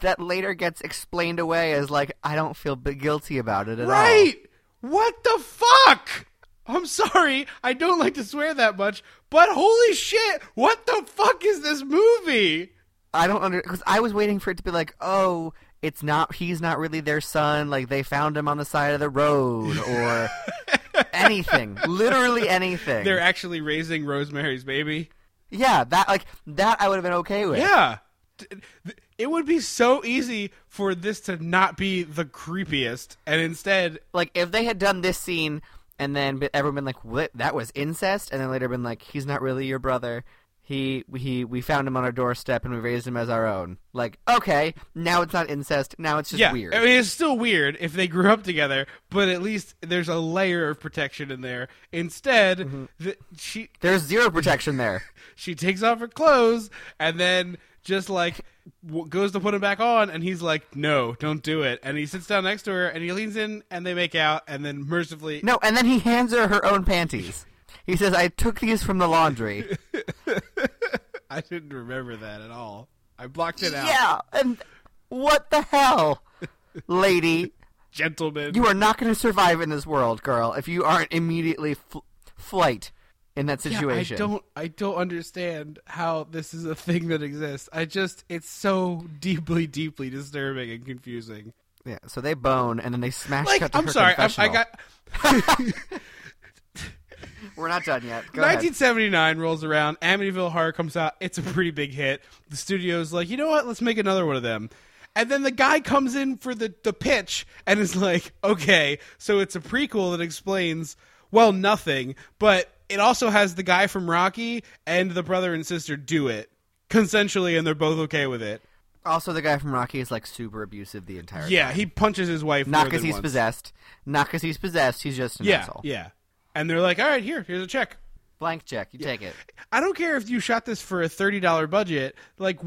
S3: that later gets explained away as like I don't feel b- guilty about it at all.
S2: Right. What the fuck? I'm sorry, I don't like to swear that much, but holy shit, what the fuck is this movie?
S3: I don't under because I was waiting for it to be like, oh, it's not. He's not really their son. Like they found him on the side of the road or anything. Literally anything.
S2: They're actually raising Rosemary's baby.
S3: yeah, that like that I would have been okay with.
S2: Yeah. D- th- It would be so easy for this to not be the creepiest, and instead,
S3: Like if they had done this scene and then be- everyone been like, "What? That was incest," and then later been like, "He's not really your brother. He he we found him on our doorstep and we raised him as our own." Like, okay, now it's not incest. Now it's just
S2: yeah,
S3: weird.
S2: I mean, it's still weird if they grew up together, but at least there's a layer of protection in there. Instead,
S3: Mm-hmm.
S2: the, she
S3: There's zero protection there.
S2: she takes off her clothes and then just like w- goes to put them back on and he's like no don't do it and he sits down next to her and he leans in and they make out and then mercifully
S3: No, and then he hands her her own panties. He says, "I took these from the laundry."
S2: i didn't remember that at all i blocked it out
S3: yeah, and what the hell, lady?
S2: gentlemen
S3: You are not going to survive in this world, girl, if you aren't immediately fl- flight in that
S2: Yeah,
S3: situation.
S2: i don't i don't understand how this is a thing that exists i just it's so deeply deeply disturbing and confusing
S3: Yeah, so they bone and then they smash
S2: like
S3: cut to
S2: i'm
S3: her
S2: sorry I, I
S3: confessional.
S2: got
S3: We're not done yet. Go ahead.
S2: 1979 rolls around. Amityville Horror comes out. It's a pretty big hit. The studio's like, you know what? Let's make another one of them. And then the guy comes in for the, the pitch and is like, okay, so it's a prequel that explains, well, nothing, but it also has the guy from Rocky and the brother and sister do it consensually, and they're both okay with it.
S3: Also, the guy from Rocky is like super abusive the entire time.
S2: Yeah, he punches his wife.
S3: Not
S2: more
S3: because
S2: than
S3: he's
S2: once.
S3: possessed. Not because he's possessed. He's just an
S2: Yeah,
S3: asshole.
S2: yeah. And they're like, all right, here, here's a check.
S3: Blank check. You take it.
S2: I don't care if you shot this for a thirty dollar budget. Like,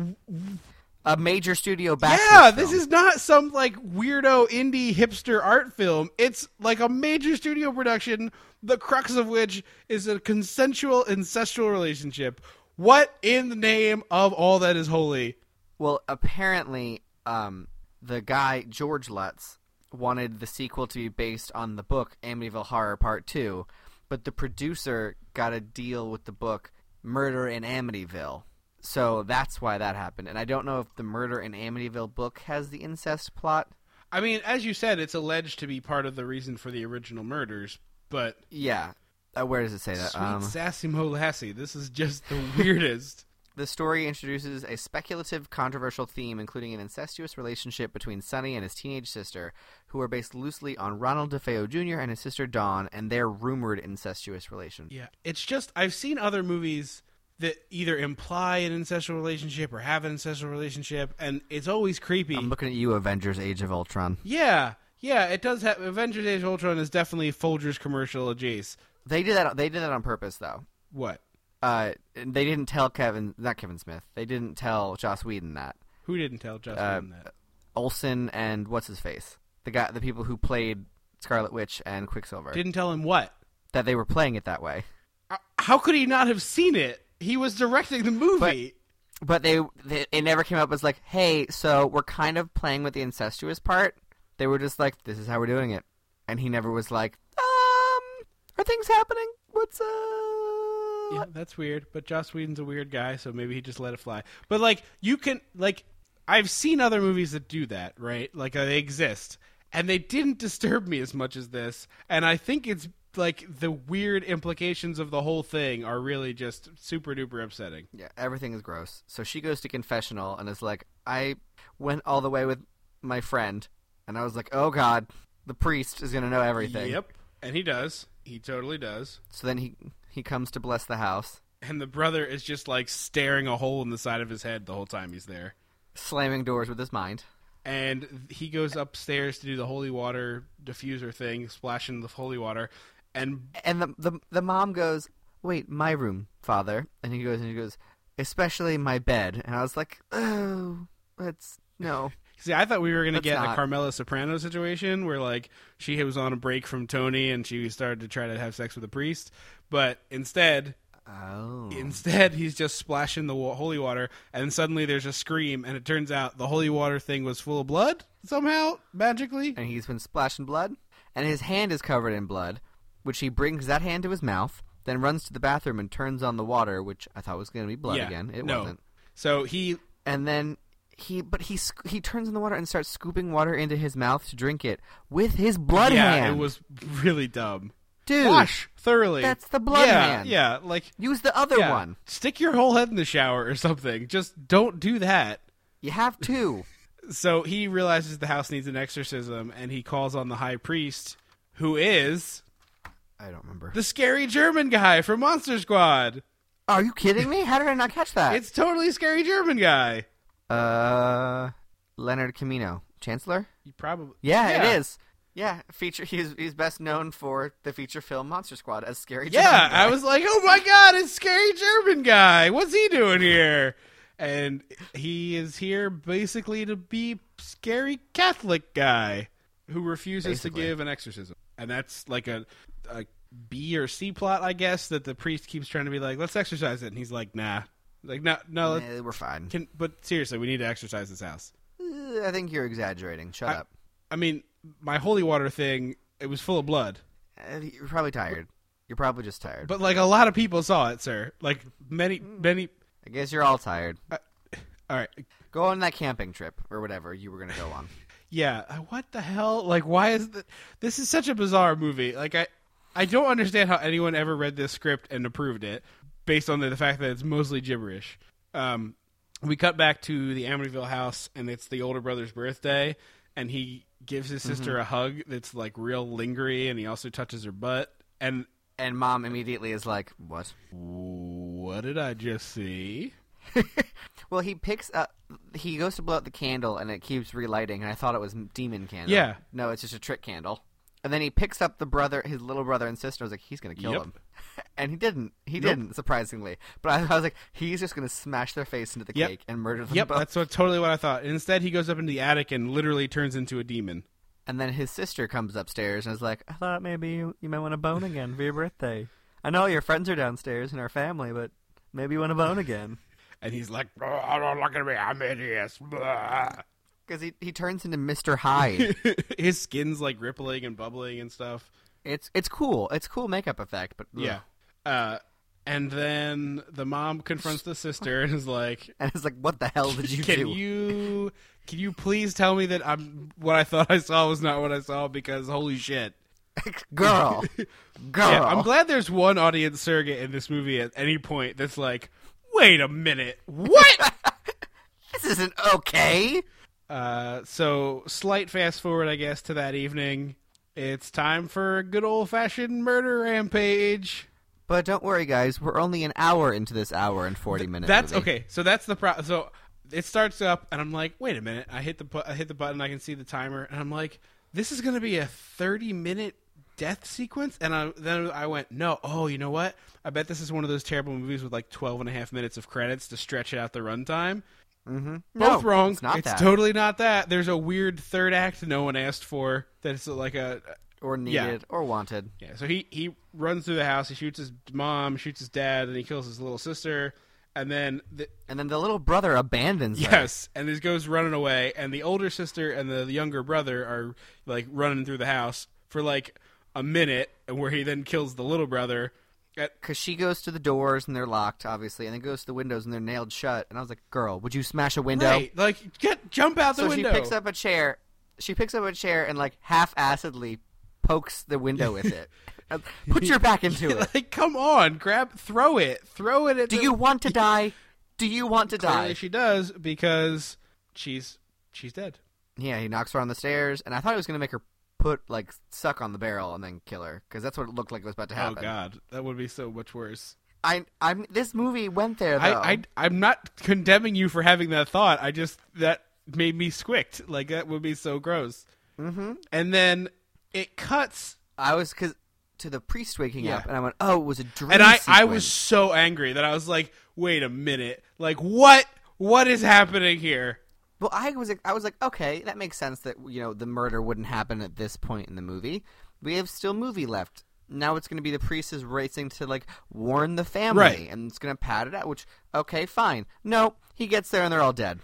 S3: A major studio back.
S2: Yeah, this is not some like weirdo indie hipster art film. It's like a major studio production, the crux of which is a consensual incestual relationship. What in the name of all that is holy?
S3: Well, apparently, um, the guy George Lutz wanted the sequel to be based on the book Amityville Horror Part Two, but the producer got a deal with the book Murder in Amityville, so that's why that happened. And I don't know if the Murder in Amityville book has the incest plot.
S2: I mean, as you said, it's alleged to be part of the reason for the original murders, but
S3: Yeah, uh, where does it say that?
S2: sweet
S3: um,
S2: sassy molassie, this is just the weirdest.
S3: The story introduces a speculative, controversial theme, including an incestuous relationship between Sonny and his teenage sister, who are based loosely on Ronald DeFeo Jr. and his sister Dawn and their rumored incestuous relation.
S2: Yeah, it's just I've seen other movies that either imply an incestual relationship or have an incestual relationship, and it's always creepy.
S3: I'm looking at you, Avengers: Age of Ultron.
S2: yeah, yeah, it does have. Avengers: Age of Ultron is definitely Folgers commercial adjacent.
S3: They did that. They did that on purpose, though.
S2: What?
S3: Uh, they didn't tell Kevin, not Kevin Smith. They didn't tell Joss Whedon that.
S2: Who didn't tell Justin that?
S3: Olsen and what's his face, the guy, the people who played Scarlet Witch and Quicksilver,
S2: Didn't tell him what?
S3: that they were playing it that way.
S2: How could he not have seen it? He was directing the movie.
S3: But they, they it never came up as like, hey, so we're kind of playing with the incestuous part. They were just like, this is how we're doing it, and he never was like, um, are things happening? What's uh?
S2: yeah, that's weird. But Joss Whedon's a weird guy, so maybe he just let it fly. But like, you can like, I've seen other movies that do that, right? Like uh, they exist, and they didn't disturb me as much as this. And I think it's like the weird implications of the whole thing are really just super duper upsetting.
S3: Yeah, everything is gross. So she goes to confessional and is like, I went all the way with my friend, and I was like, oh god, the priest is gonna know everything.
S2: Yep, and he does. He totally does.
S3: So then he he comes to bless the house,
S2: And the brother is just like staring a hole in the side of his head the whole time he's there.
S3: slamming doors with his mind.
S2: and he goes upstairs to do the holy water diffuser thing, splashing the holy water, and
S3: And the the the mom goes, wait, my room, father. And he goes and he goes, especially my bed. And I was like, oh, that's no.
S2: see, I thought we were gonna
S3: That's
S2: get a
S3: not-
S2: Carmela Soprano situation where like she was on a break from Tony and she started to try to have sex with a priest, but instead,
S3: Oh.
S2: instead he's just splashing the wa- holy water, and suddenly there's a scream, and it turns out the holy water thing was full of blood somehow magically.
S3: and he's been splashing blood, and his hand is covered in blood, which he brings that hand to his mouth, then runs to the bathroom and turns on the water, which I thought was going to be blood
S2: yeah,
S3: again. It
S2: no.
S3: wasn't.
S2: So he
S3: And then he, but he sc- he turns on the water and starts scooping water into his mouth to drink it with his blood
S2: yeah,
S3: hand.
S2: it was really dumb.
S3: dude.
S2: Wash thoroughly.
S3: that's the blood
S2: yeah,
S3: hand.
S2: Yeah, like
S3: Use the other
S2: Yeah.
S3: one.
S2: Stick your whole head in the shower or something. Just don't do that.
S3: You have two.
S2: So he realizes the house needs an exorcism and he calls on the high priest, who is
S3: I don't remember.
S2: the scary German guy from Monster Squad.
S3: Are you kidding me? How did I not catch that?
S2: It's totally scary German guy.
S3: uh, Leonard Camino, Chancellor.
S2: You probably
S3: Yeah,
S2: Yeah.
S3: it is. Yeah, feature. He's he's best known for the feature film Monster Squad as scary.
S2: Yeah,
S3: German guy.
S2: I was like, oh my god, it's scary German guy. What's he doing here? And he is here basically to be scary Catholic guy who refuses
S3: Basically.
S2: to give an exorcism. And that's like a, a B or C plot, I guess, that the priest keeps trying to be like, let's exorcise it. And he's like, nah. Like, no, no, let-
S3: Eh, we're fine.
S2: can, but seriously, we need to exorcise this house.
S3: Uh, I think you're exaggerating. Shut
S2: I-
S3: up.
S2: I mean, my holy water thing, it was full of blood.
S3: Uh, you're probably tired. You're probably just tired.
S2: But like a lot of people saw it, sir. Like many,
S3: Hmm.
S2: many.
S3: I guess you're all tired.
S2: All right,
S3: Go on that camping trip or whatever you were gonna go on.
S2: Yeah, uh, what the hell? Like, why is th- this is such a bizarre movie? Like, I I don't understand how anyone ever read this script and approved it, based on the, the fact that it's mostly gibberish. Um, we cut back to the Amityville house, and it's the older brother's birthday, and he gives his sister a hug that's like real lingery, and he also touches her butt. And
S3: and mom immediately is like, "What?"
S2: what did I just see?
S3: Well, he picks up. He goes to blow out the candle, and it keeps relighting. And I thought it was demon candle.
S2: Yeah.
S3: No, it's just a trick candle. And then he picks up the brother, his little brother and sister. I was like, he's gonna kill
S2: Yep.
S3: them, and he didn't. He didn't, surprisingly. But I, I was like, he's just gonna smash their face into the
S2: Yep.
S3: cake and murder them
S2: Yep,
S3: both.
S2: that's what, totally what I thought. Instead, he goes up into the attic and literally turns into a demon.
S3: And then his sister comes upstairs and is like, I thought maybe you, you might want to bone again for your birthday. I know your friends are downstairs and our family, but maybe you want to bone again.
S2: And he's like, "Oh, don't look at me, I'm hideous. Blah."
S3: Because he, he turns into Mr. Hyde.
S2: His skin's like rippling and bubbling and stuff.
S3: it's it's cool. It's cool makeup effect, but ugh.
S2: Yeah. Uh, and then the mom confronts the sister and is like,
S3: And it's like, what the hell did you
S2: "Can
S3: do?
S2: you can you please tell me that I'm what I thought I saw was not what I saw because holy shit."
S3: Girl. Girl.
S2: Yeah, I'm glad there's one audience surrogate in this movie at any point that's like, "Wait a minute. What?"
S3: This isn't okay.
S2: Uh, so slight fast forward, I guess, to that evening. It's time for a good old fashioned murder rampage.
S3: But don't worry, guys. We're only an hour into this hour and 40 minutes.
S2: That's okay. So that's the pro. So it starts up, and I'm like, wait a minute. I hit the bu- I hit the button. I can see the timer, and I'm like, this is gonna be a 30 minute death sequence. And I, then I went, no. Oh, you know what? I bet this is one of those terrible movies with like 12 and a half minutes of credits to stretch out the runtime. Both
S3: No,
S2: wrong.
S3: It's not that.
S2: totally not that. There's a weird third act no one asked for. That's like a
S3: or needed or wanted.
S2: yeah. So he he runs through the house. He shoots his mom, shoots his dad, and he kills his little sister. And then the,
S3: And then the little brother abandons her.
S2: Yes, and this goes running away, and the older sister and the younger brother are like running through the house for like a minute, where he then kills the little brother. At,
S3: Because she goes to the doors and they're locked, obviously, and then goes to the windows and they're nailed shut. And I was like, girl, would you smash a window?
S2: Right, like get jump out the
S3: so
S2: window.
S3: she picks up a chair. She picks up a chair and, like, half assedly pokes the window with it. And Put your back into it.
S2: like, come on, grab, throw it, throw it. At
S3: Do
S2: the-
S3: you want to die? Do you want to
S2: Clearly
S3: die?
S2: She does because she's she's dead.
S3: Yeah, he knocks her on the stairs, and I thought he was going to make her put, like, suck on the barrel and then kill her, because that's what it looked like was about to happen.
S2: Oh God, that would be so much worse.
S3: I, I'm, this movie went there, though.
S2: I, I I'm not condemning you for having that thought. I just that made me squicked. Like that would be so gross. Mm-hmm. And then it cuts,
S3: I was, because, to the priest waking
S2: Yeah.
S3: up, and I went, oh, it was a dream
S2: and I I was
S3: sequence.
S2: so angry that I was like, wait a minute, like what what is happening here?
S3: Well, I was I was like, okay, that makes sense that you know the murder wouldn't happen at this point in the movie. We have still movie left. Now it's going to be the priest is racing to like warn the family,
S2: Right.
S3: and it's going to pad it out. Which okay, fine. No, he gets there and they're all dead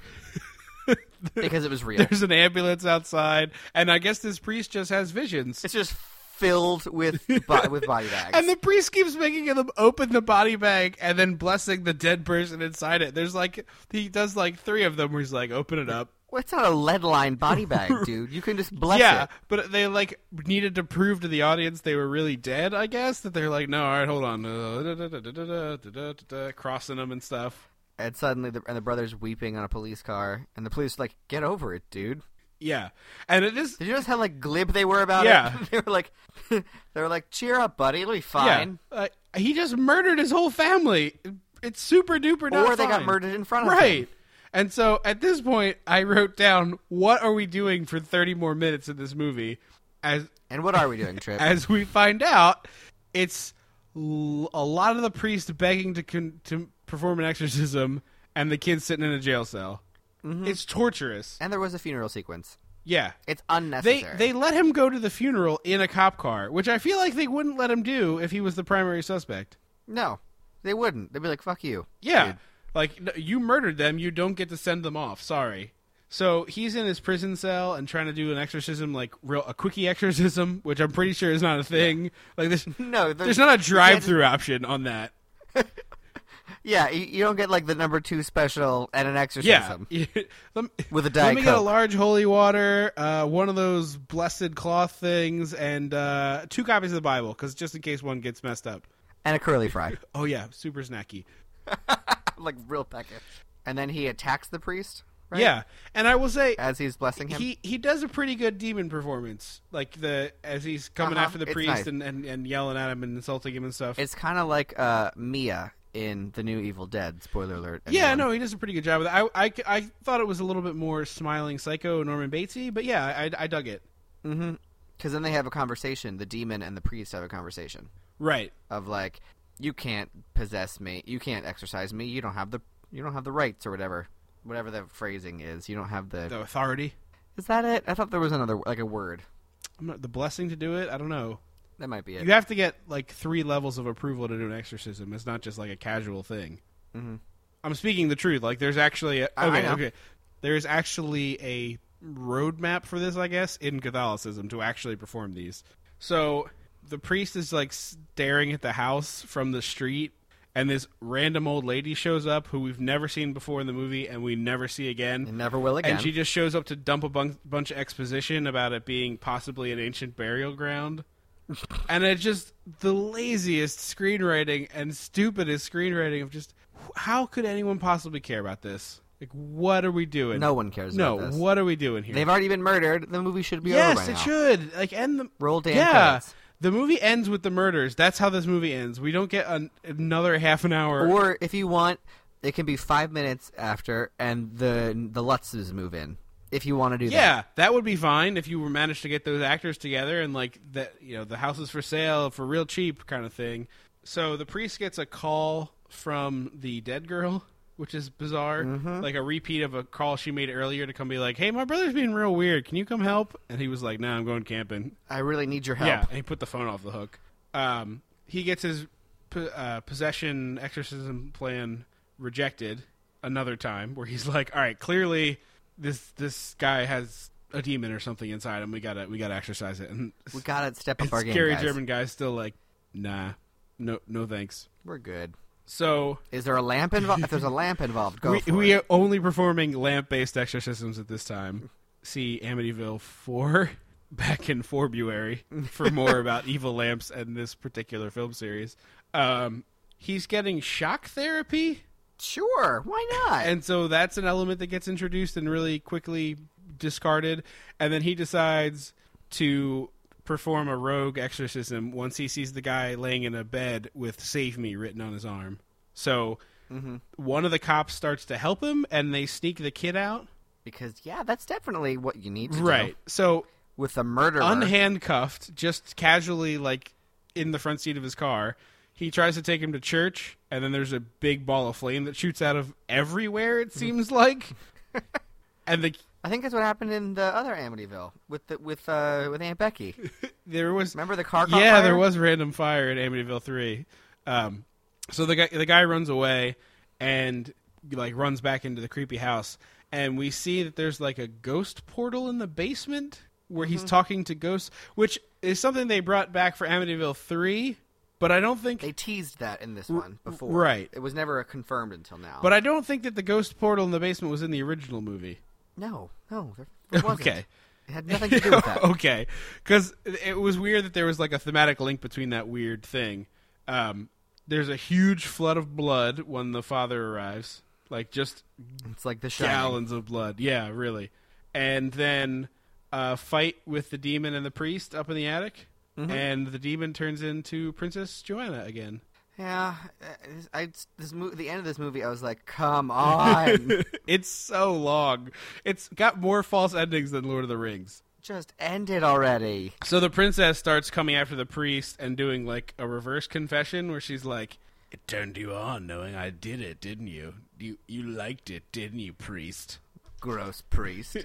S3: because it was real.
S2: There's an ambulance outside, and I guess this priest just has visions.
S3: It's just filled with bo- with body bags.
S2: And the priest keeps making them open the body bag and then blessing the dead person inside it. There's like he does like three of them where he's like, open it up,
S3: well, it's not a lead lined body bag, dude. You can just bless
S2: yeah,
S3: it.
S2: but they like needed to prove to the audience they were really dead. I guess that they're like, no, all right, hold on, uh, da- da- da- da- da- da- da- da- da- crossing them and stuff.
S3: And suddenly, the, and the brother's weeping on a police car, and the police are like, "Get over it, dude."
S2: Yeah, and it is.
S3: Did you notice how like glib they were about
S2: Yeah.
S3: it? they were like, they were like, "Cheer up, buddy. It'll be
S2: Yeah,
S3: fine."
S2: uh, he just murdered his whole family. It's super duper. not
S3: or they got
S2: fine.
S3: murdered in front of him.
S2: Right. And so at this point, I wrote down what are we doing for 30 more minutes in this movie? As
S3: And what are we doing, Trip?
S2: as we find out, it's l- a lot of the priest begging to con- to perform an exorcism, and the kid sitting in a jail cell. It's torturous.
S3: and there was a funeral sequence.
S2: Yeah.
S3: It's
S2: They
S3: unnecessary.
S2: they let him go to the funeral in a cop car, which I feel like they wouldn't let him do if he was the primary suspect.
S3: no, they wouldn't. They'd be like, "Fuck you."
S2: Yeah. Like n- you murdered them, you don't get to send them off. Sorry. So he's in his prison cell and trying to do an exorcism, like real a quickie exorcism, which I'm pretty sure is not a thing. Like there's
S3: No, there's-
S2: there's not a drive-through option on that.
S3: Yeah, you, you don't get like the number two special and an
S2: Yeah,
S3: exorcism.
S2: Let me-
S3: With a
S2: Let
S3: Diet
S2: me get a
S3: Coke.
S2: large holy water, uh, one of those blessed cloth things, and uh, two copies of the Bible, because just in case one gets messed up.
S3: and a curly fry,
S2: Oh yeah, super snacky.
S3: like real package. And then he attacks the priest. Right?
S2: Yeah, and I will say,
S3: as he's blessing him.
S2: he he does a pretty good demon performance like the as he's coming
S3: Uh-huh,
S2: after the
S3: it's
S2: priest
S3: nice.
S2: and, and and yelling at him and insulting him and stuff
S3: It's kind of like uh, Mia in the new Evil Dead. Spoiler alert.
S2: yeah
S3: everyone.
S2: no he does a pretty good job with that I, I i thought it was a little bit more smiling psycho norman batesy but yeah i i dug it
S3: Because then they have a conversation. The demon and the priest have a conversation
S2: right
S3: of like, you can't possess me. You can't exercise me. You don't have the you don't have the rights or whatever. Whatever the phrasing is, you don't have the.
S2: the authority
S3: Is that it? I thought there was another like a word.
S2: I'm not, the blessing to do it i don't know
S3: That might be it.
S2: you have to get like three levels of approval to do an exorcism it's not just like a casual thing i'm speaking the truth like there's actually a,
S3: Mm-hmm. I- I
S2: okay
S3: know.
S2: okay there is actually a roadmap for this i guess in catholicism to actually perform these so the priest is like staring at the house from the street and this random old lady shows up who we've never seen before in the movie and we never see again
S3: And never will again.
S2: and she just shows up to dump a bun- bunch of exposition about it being possibly an ancient burial ground. and it's just the laziest screenwriting and stupidest screenwriting of just how could anyone possibly care about this? Like, what are we doing?
S3: No one cares
S2: No,
S3: about this.
S2: what are we doing here?
S3: They've already been murdered. The movie should be over.
S2: yes,
S3: by
S2: it
S3: now.
S2: should. Like, end the
S3: Roll damn
S2: Yeah,
S3: credits.
S2: the movie ends with the murders. That's how this movie ends. We don't get an, another half an hour.
S3: Or if you want, it can be five minutes after, and the the Lutzes move in. If you want to do that,
S2: Yeah, that would be fine if you were managed to get those actors together and like that you know the house is for sale for real cheap kind of thing. So the priest gets a call from the dead girl, which is bizarre, like a repeat of a call she made earlier to come be like, "Hey, my brother's being real weird. Can you come help?" And he was like, "No, I'm going camping."
S3: I really need your help.
S2: Yeah, and he put the phone off the hook. Um, he gets his po- uh, possession exorcism plan rejected another time, where he's like, "All right, clearly this this guy has a demon or something inside him. We gotta we gotta exorcise it." And
S3: We gotta step up our game,
S2: scary
S3: guys.
S2: German guy's still like, "Nah, no no thanks."
S3: We're good.
S2: So
S3: Is there a lamp involved? if there's a lamp involved, go
S2: we,
S3: for
S2: we
S3: it.
S2: are only performing lamp based exorcisms at this time. See Amityville 4 back in February for more about evil lamps and this particular film series. Um, he's getting shock therapy,
S3: Sure, why not?
S2: and so that's an element that gets introduced and really quickly discarded. And then he decides to perform a rogue exorcism once he sees the guy laying in a bed with Save Me written on his arm. So one of the cops starts to help him and they sneak the kid out.
S3: because yeah, that's definitely what you need to do
S2: Right. So
S3: with the murderer.
S2: unhandcuffed, just casually like in the front seat of his car, he tries to take him to church and then there's a big ball of flame that shoots out of everywhere it seems like. and the
S3: I think that's what happened in the other Amityville with the, with uh, with Aunt Becky.
S2: there was
S3: Remember the car? caught
S2: yeah,
S3: fire?
S2: there was random fire in Amityville Three. Um, so the guy the guy runs away and like runs back into the creepy house, and we see that there's like a ghost portal in the basement where
S3: Mm-hmm.
S2: he's talking to ghosts, which is something they brought back for Amityville Three, but I don't think
S3: They teased that in this one before,
S2: right.
S3: It was never confirmed until now.
S2: but I don't think that the ghost portal in the basement was in the original movie.
S3: no, no, there, there wasn't.
S2: Okay.
S3: It had nothing to do with that.
S2: okay, because it was weird that there was like a thematic link between that weird thing. Um, there's a huge flood of blood when the father arrives, like just
S3: It's like the shining.
S2: gallons of blood. Yeah, really. And then uh, fight with the demon and the priest up in the attic, and the demon turns into Princess Joanna again.
S3: Yeah, I, I- this mo- the end of this movie, I was like, come on,
S2: It's so long. It's got more false endings than Lord of the Rings.
S3: just end it already.
S2: So the princess starts coming after the priest and doing like a reverse confession where she's like, "It turned you on knowing I did it, didn't you? You you liked it, didn't you, priest?"
S3: Gross priest.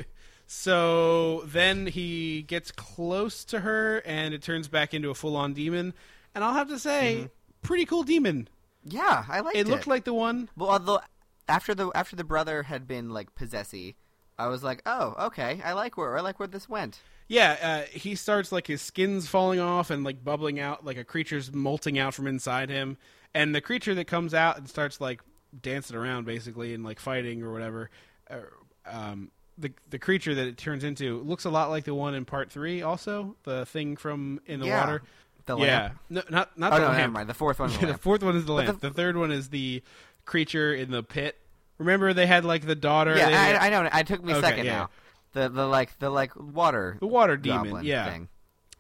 S2: So then he gets close to her and it turns back into a full-on demon. And I'll have to say, pretty cool demon.
S3: yeah, I liked it.
S2: It looked like the one
S3: well, although after the after the brother had been like possessy, I was like, oh, okay, I like where I like where this went.
S2: Yeah, uh, he starts like his skin's falling off and like bubbling out, like a creature's molting out from inside him. And the creature that comes out and starts like dancing around, basically, and like fighting or whatever. Uh, um, the the creature that it turns into looks a lot like the one in part three, also the thing from in the
S3: Yeah,
S2: water.
S3: the
S2: yeah,
S3: lamp.
S2: no, not not
S3: Oh
S2: the
S3: no, never
S2: lamp.
S3: mind. The fourth one. was
S2: Yeah, the
S3: lamp.
S2: fourth one is the lamp. The, third one is the creature in the pit. Remember, they had like the daughter.
S3: yeah,
S2: they had-
S3: I, I know. It took me a
S2: Okay,
S3: second
S2: yeah.
S3: now. The the like the like water
S2: The water demon,
S3: goblin
S2: yeah.
S3: thing.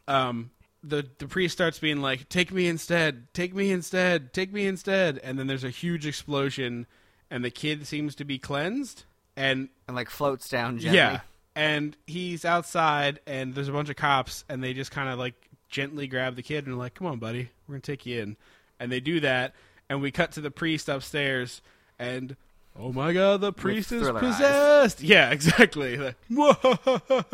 S2: um the the priest starts being like take me instead take me instead take me instead and then there's a huge explosion and the kid seems to be cleansed and
S3: and like floats down gently.
S2: yeah and he's outside and there's a bunch of cops and they just kind of like gently grab the kid and are like come on buddy we're going to take you in and they do that and we cut to the priest upstairs and oh my god the priest is
S3: Thriller eyes.
S2: possessed yeah exactly Like,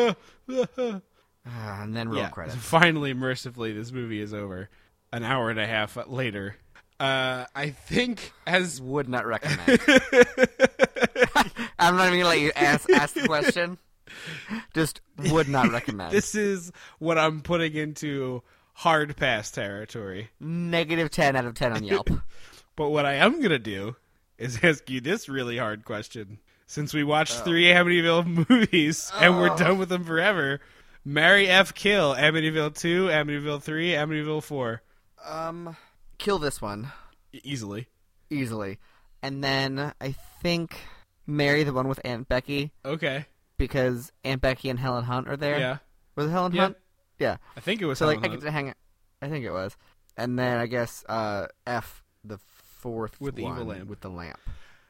S3: Ah, and then roll credits.
S2: Finally, mercifully, this movie is over. An hour and a half later, uh, I think as
S3: Would not recommend. I'm not even gonna let you ask ask the question. Just would not recommend.
S2: this is what I'm putting into hard pass territory.
S3: Negative ten out of ten on Yelp.
S2: But what I am gonna do is ask you this really hard question. Since we
S3: Oh.
S2: watched three Amityville movies and we're done with them forever, marry F kill Amityville two, Amityville three, Amityville four,
S3: um, kill this one
S2: E- easily.
S3: easily, and then I think marry the one with Aunt Becky
S2: Okay,
S3: because Aunt Becky and Helen Hunt are there.
S2: yeah,
S3: was it Helen
S2: Yeah.
S3: Hunt? Yeah.
S2: I think it was
S3: So like
S2: Helen
S3: I
S2: Hunt.
S3: get to hang. I think it was, and then I guess uh, F the fourth
S2: With the evil
S3: one,
S2: lamp.
S3: with the lamp.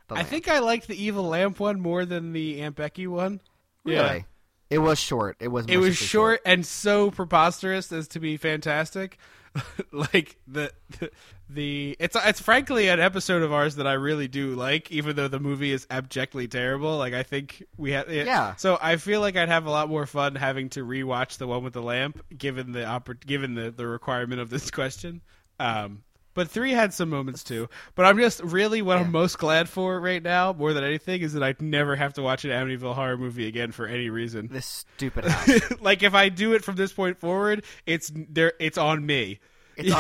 S3: The
S2: I
S3: lamp.
S2: think I liked the evil lamp one more than the Aunt Becky one.
S3: really. It was short. It was.
S2: It was
S3: mercifully
S2: short and so preposterous as to be fantastic. like the, the the it's it's frankly an episode of ours that I really do like, even though the movie is abjectly terrible. Like I think we had it,
S3: Yeah.
S2: So I feel like I'd have a lot more fun having to rewatch the one with the lamp, given the oppor- given the the requirement of this question. Um, but three had some moments too. But I'm just really what I'm most glad for right now, more than anything, is that I never have to watch an Amityville horror movie again for any reason
S3: This stupid house.
S2: like if I do it from this point forward, it's there. It's on me.
S3: It's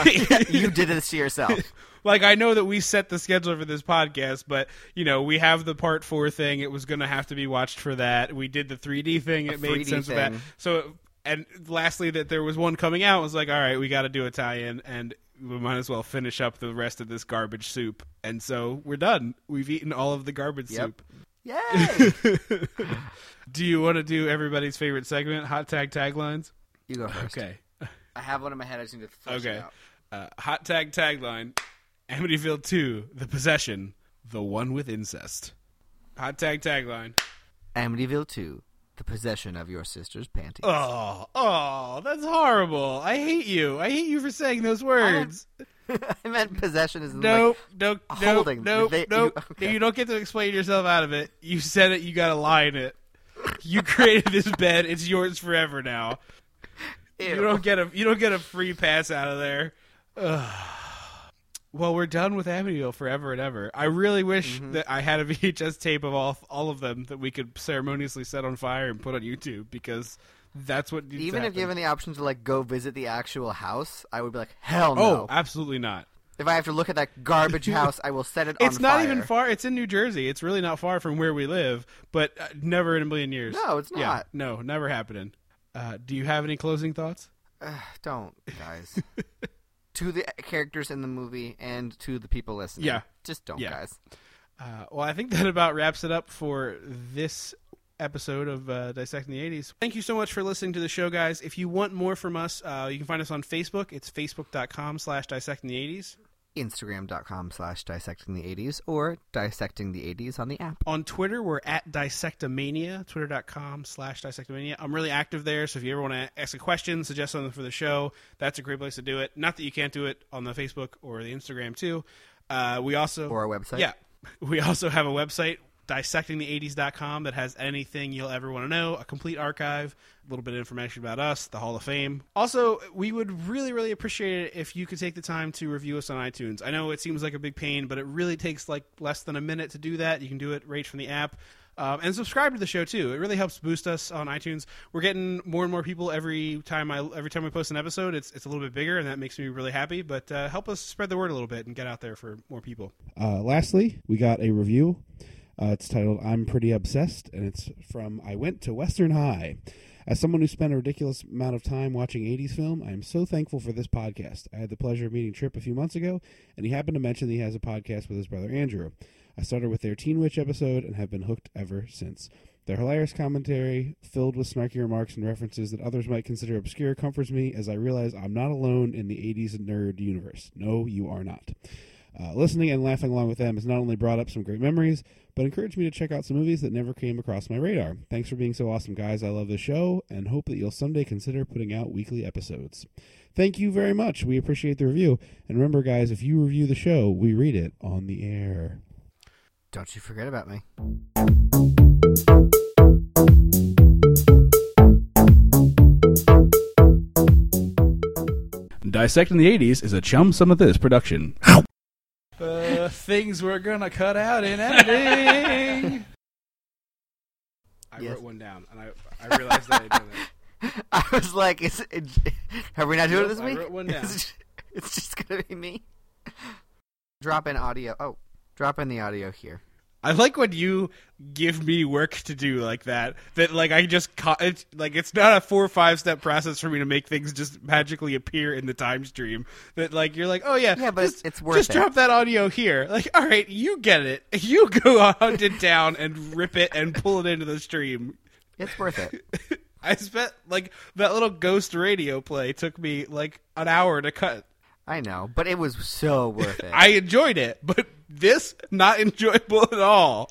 S3: on- you did this to yourself.
S2: like I know that we set the schedule for this podcast, but you know we have the part four thing. It was going to have to be watched for that. We did the 3D thing. It made
S3: 3D
S2: sense with that.
S3: thing.
S2: So and lastly, that there was one coming out. It was like, all right, we got to do a tie-in, and we might as well finish up the rest of this garbage soup. And so we're done. We've eaten all of the garbage soup.
S3: Yep. Yay!
S2: Do you want to do everybody's favorite segment, hot tag taglines?
S3: you go first.
S2: Okay.
S3: I have one in my head. I just need to flush
S2: Okay.
S3: it out.
S2: Uh, hot tag tagline: Amityville Two: The Possession, the one with incest. Hot tag tagline.
S3: Amityville 2, The Possession of Your Sister's Panties.
S2: Oh, oh, that's horrible. I hate you. I hate you for saying those words.
S3: I meant possession is
S2: No,
S3: like,
S2: no, no,
S3: holding.
S2: no,
S3: They-
S2: no.
S3: you- okay.
S2: You don't get to explain yourself out of it. You said it. You got to lie in it. You created this bed. It's yours forever now.
S3: ew.
S2: You don't get a you don't get a free pass out of there. Ugh. Well, we're done with Amityville forever and ever. I really wish
S3: Mm-hmm.
S2: that I had a VHS tape of all all of them that we could ceremoniously set on fire and put on YouTube because that's what needs to
S3: Even if
S2: happen.
S3: given the option to like go visit the actual house, I would be like, hell
S2: oh,
S3: no.
S2: absolutely not.
S3: if I have to look at that garbage house, I will set it on
S2: It's not
S3: fire.
S2: even far. It's in New Jersey. It's really not far from where we live, but uh, never in a million years.
S3: No, it's
S2: Yeah,
S3: not.
S2: no, never happening. Uh, do you have any closing thoughts?
S3: Don't, guys. to the characters in the movie and to the people listening.
S2: Yeah.
S3: Just don't,
S2: Yeah.
S3: guys.
S2: Uh, well, I think that about wraps it up for this episode of uh, Dissecting the 80s. Thank you so much for listening to the show, guys. If you want more from us, uh, you can find us on Facebook. It's facebook.com slash dissecting the 80s.
S3: Instagram.com slash dissecting the 80s or dissecting the 80s on the app.
S2: On Twitter, we're at dissectomania, twitter.com slash dissectomania. I'm really active there, so if you ever want to ask a question, suggest something for the show, that's a great place to do it. Not that you can't do it on the Facebook or the Instagram, too. Uh, we also...
S3: Or our website.
S2: Yeah. We also have a website, dissectingthe80s.com that has anything you'll ever want to know, a complete archive, a little bit of information about us, the Hall of Fame. Also, we would really, really appreciate it if you could take the time to review us on iTunes. I know it seems like a big pain, but it really takes like less than a minute to do that. You can do it right from the app. Um, and subscribe to the show too. It really helps boost us on iTunes. We're getting more and more people every time I every time we post an episode. It's it's a little bit bigger, and that makes me really happy. But uh, help us spread the word a little bit and get out there for more people.
S1: Uh, lastly, we got a review. Uh, it's titled I'm Pretty Obsessed, and it's from I Went to Western High. As someone who spent a ridiculous amount of time watching 80s film, I am so thankful for this podcast. I had the pleasure of meeting Tripp a few months ago, and he happened to mention that he has a podcast with his brother Andrew. I started with their Teen Witch episode and have been hooked ever since. Their hilarious commentary, filled with snarky remarks and references that others might consider obscure, comforts me as I realize I'm not alone in the 80s nerd universe. No, you are not. Uh, listening and laughing along with them has not only brought up some great memories, but encouraged me to check out some movies that never came across my radar. Thanks for being so awesome, guys. I love the show and hope that you'll someday consider putting out weekly episodes. Thank you very much. We appreciate the review. And remember, guys, if you review the show, we read it on the air.
S3: Don't you forget about me.
S2: Dissecting the 80s is a chum some of this production. Uh, things we're gonna cut out in editing. I
S3: Yes.
S2: wrote one down, and I I realized that I did it.
S3: I was like, is it, are we not doing it this
S2: Nope, I
S3: week?
S2: wrote one down.
S3: It's just, it's just gonna be me. Drop in audio. Oh, drop in the audio here.
S2: I like when you give me work to do like that. That like I just ca- it's, like it's not a four or five step process for me to make things just magically appear in the time stream. That like you're like oh yeah
S3: Yeah, but
S2: just,
S3: it's worth
S2: just
S3: it.
S2: drop that audio here. Like all right, you get it. You go out to town and rip it and pull it into the stream.
S3: It's worth it.
S2: I spent like that little ghost radio play took me like an hour to cut.
S3: I know, but it was so worth it.
S2: I enjoyed it, but this not enjoyable at all.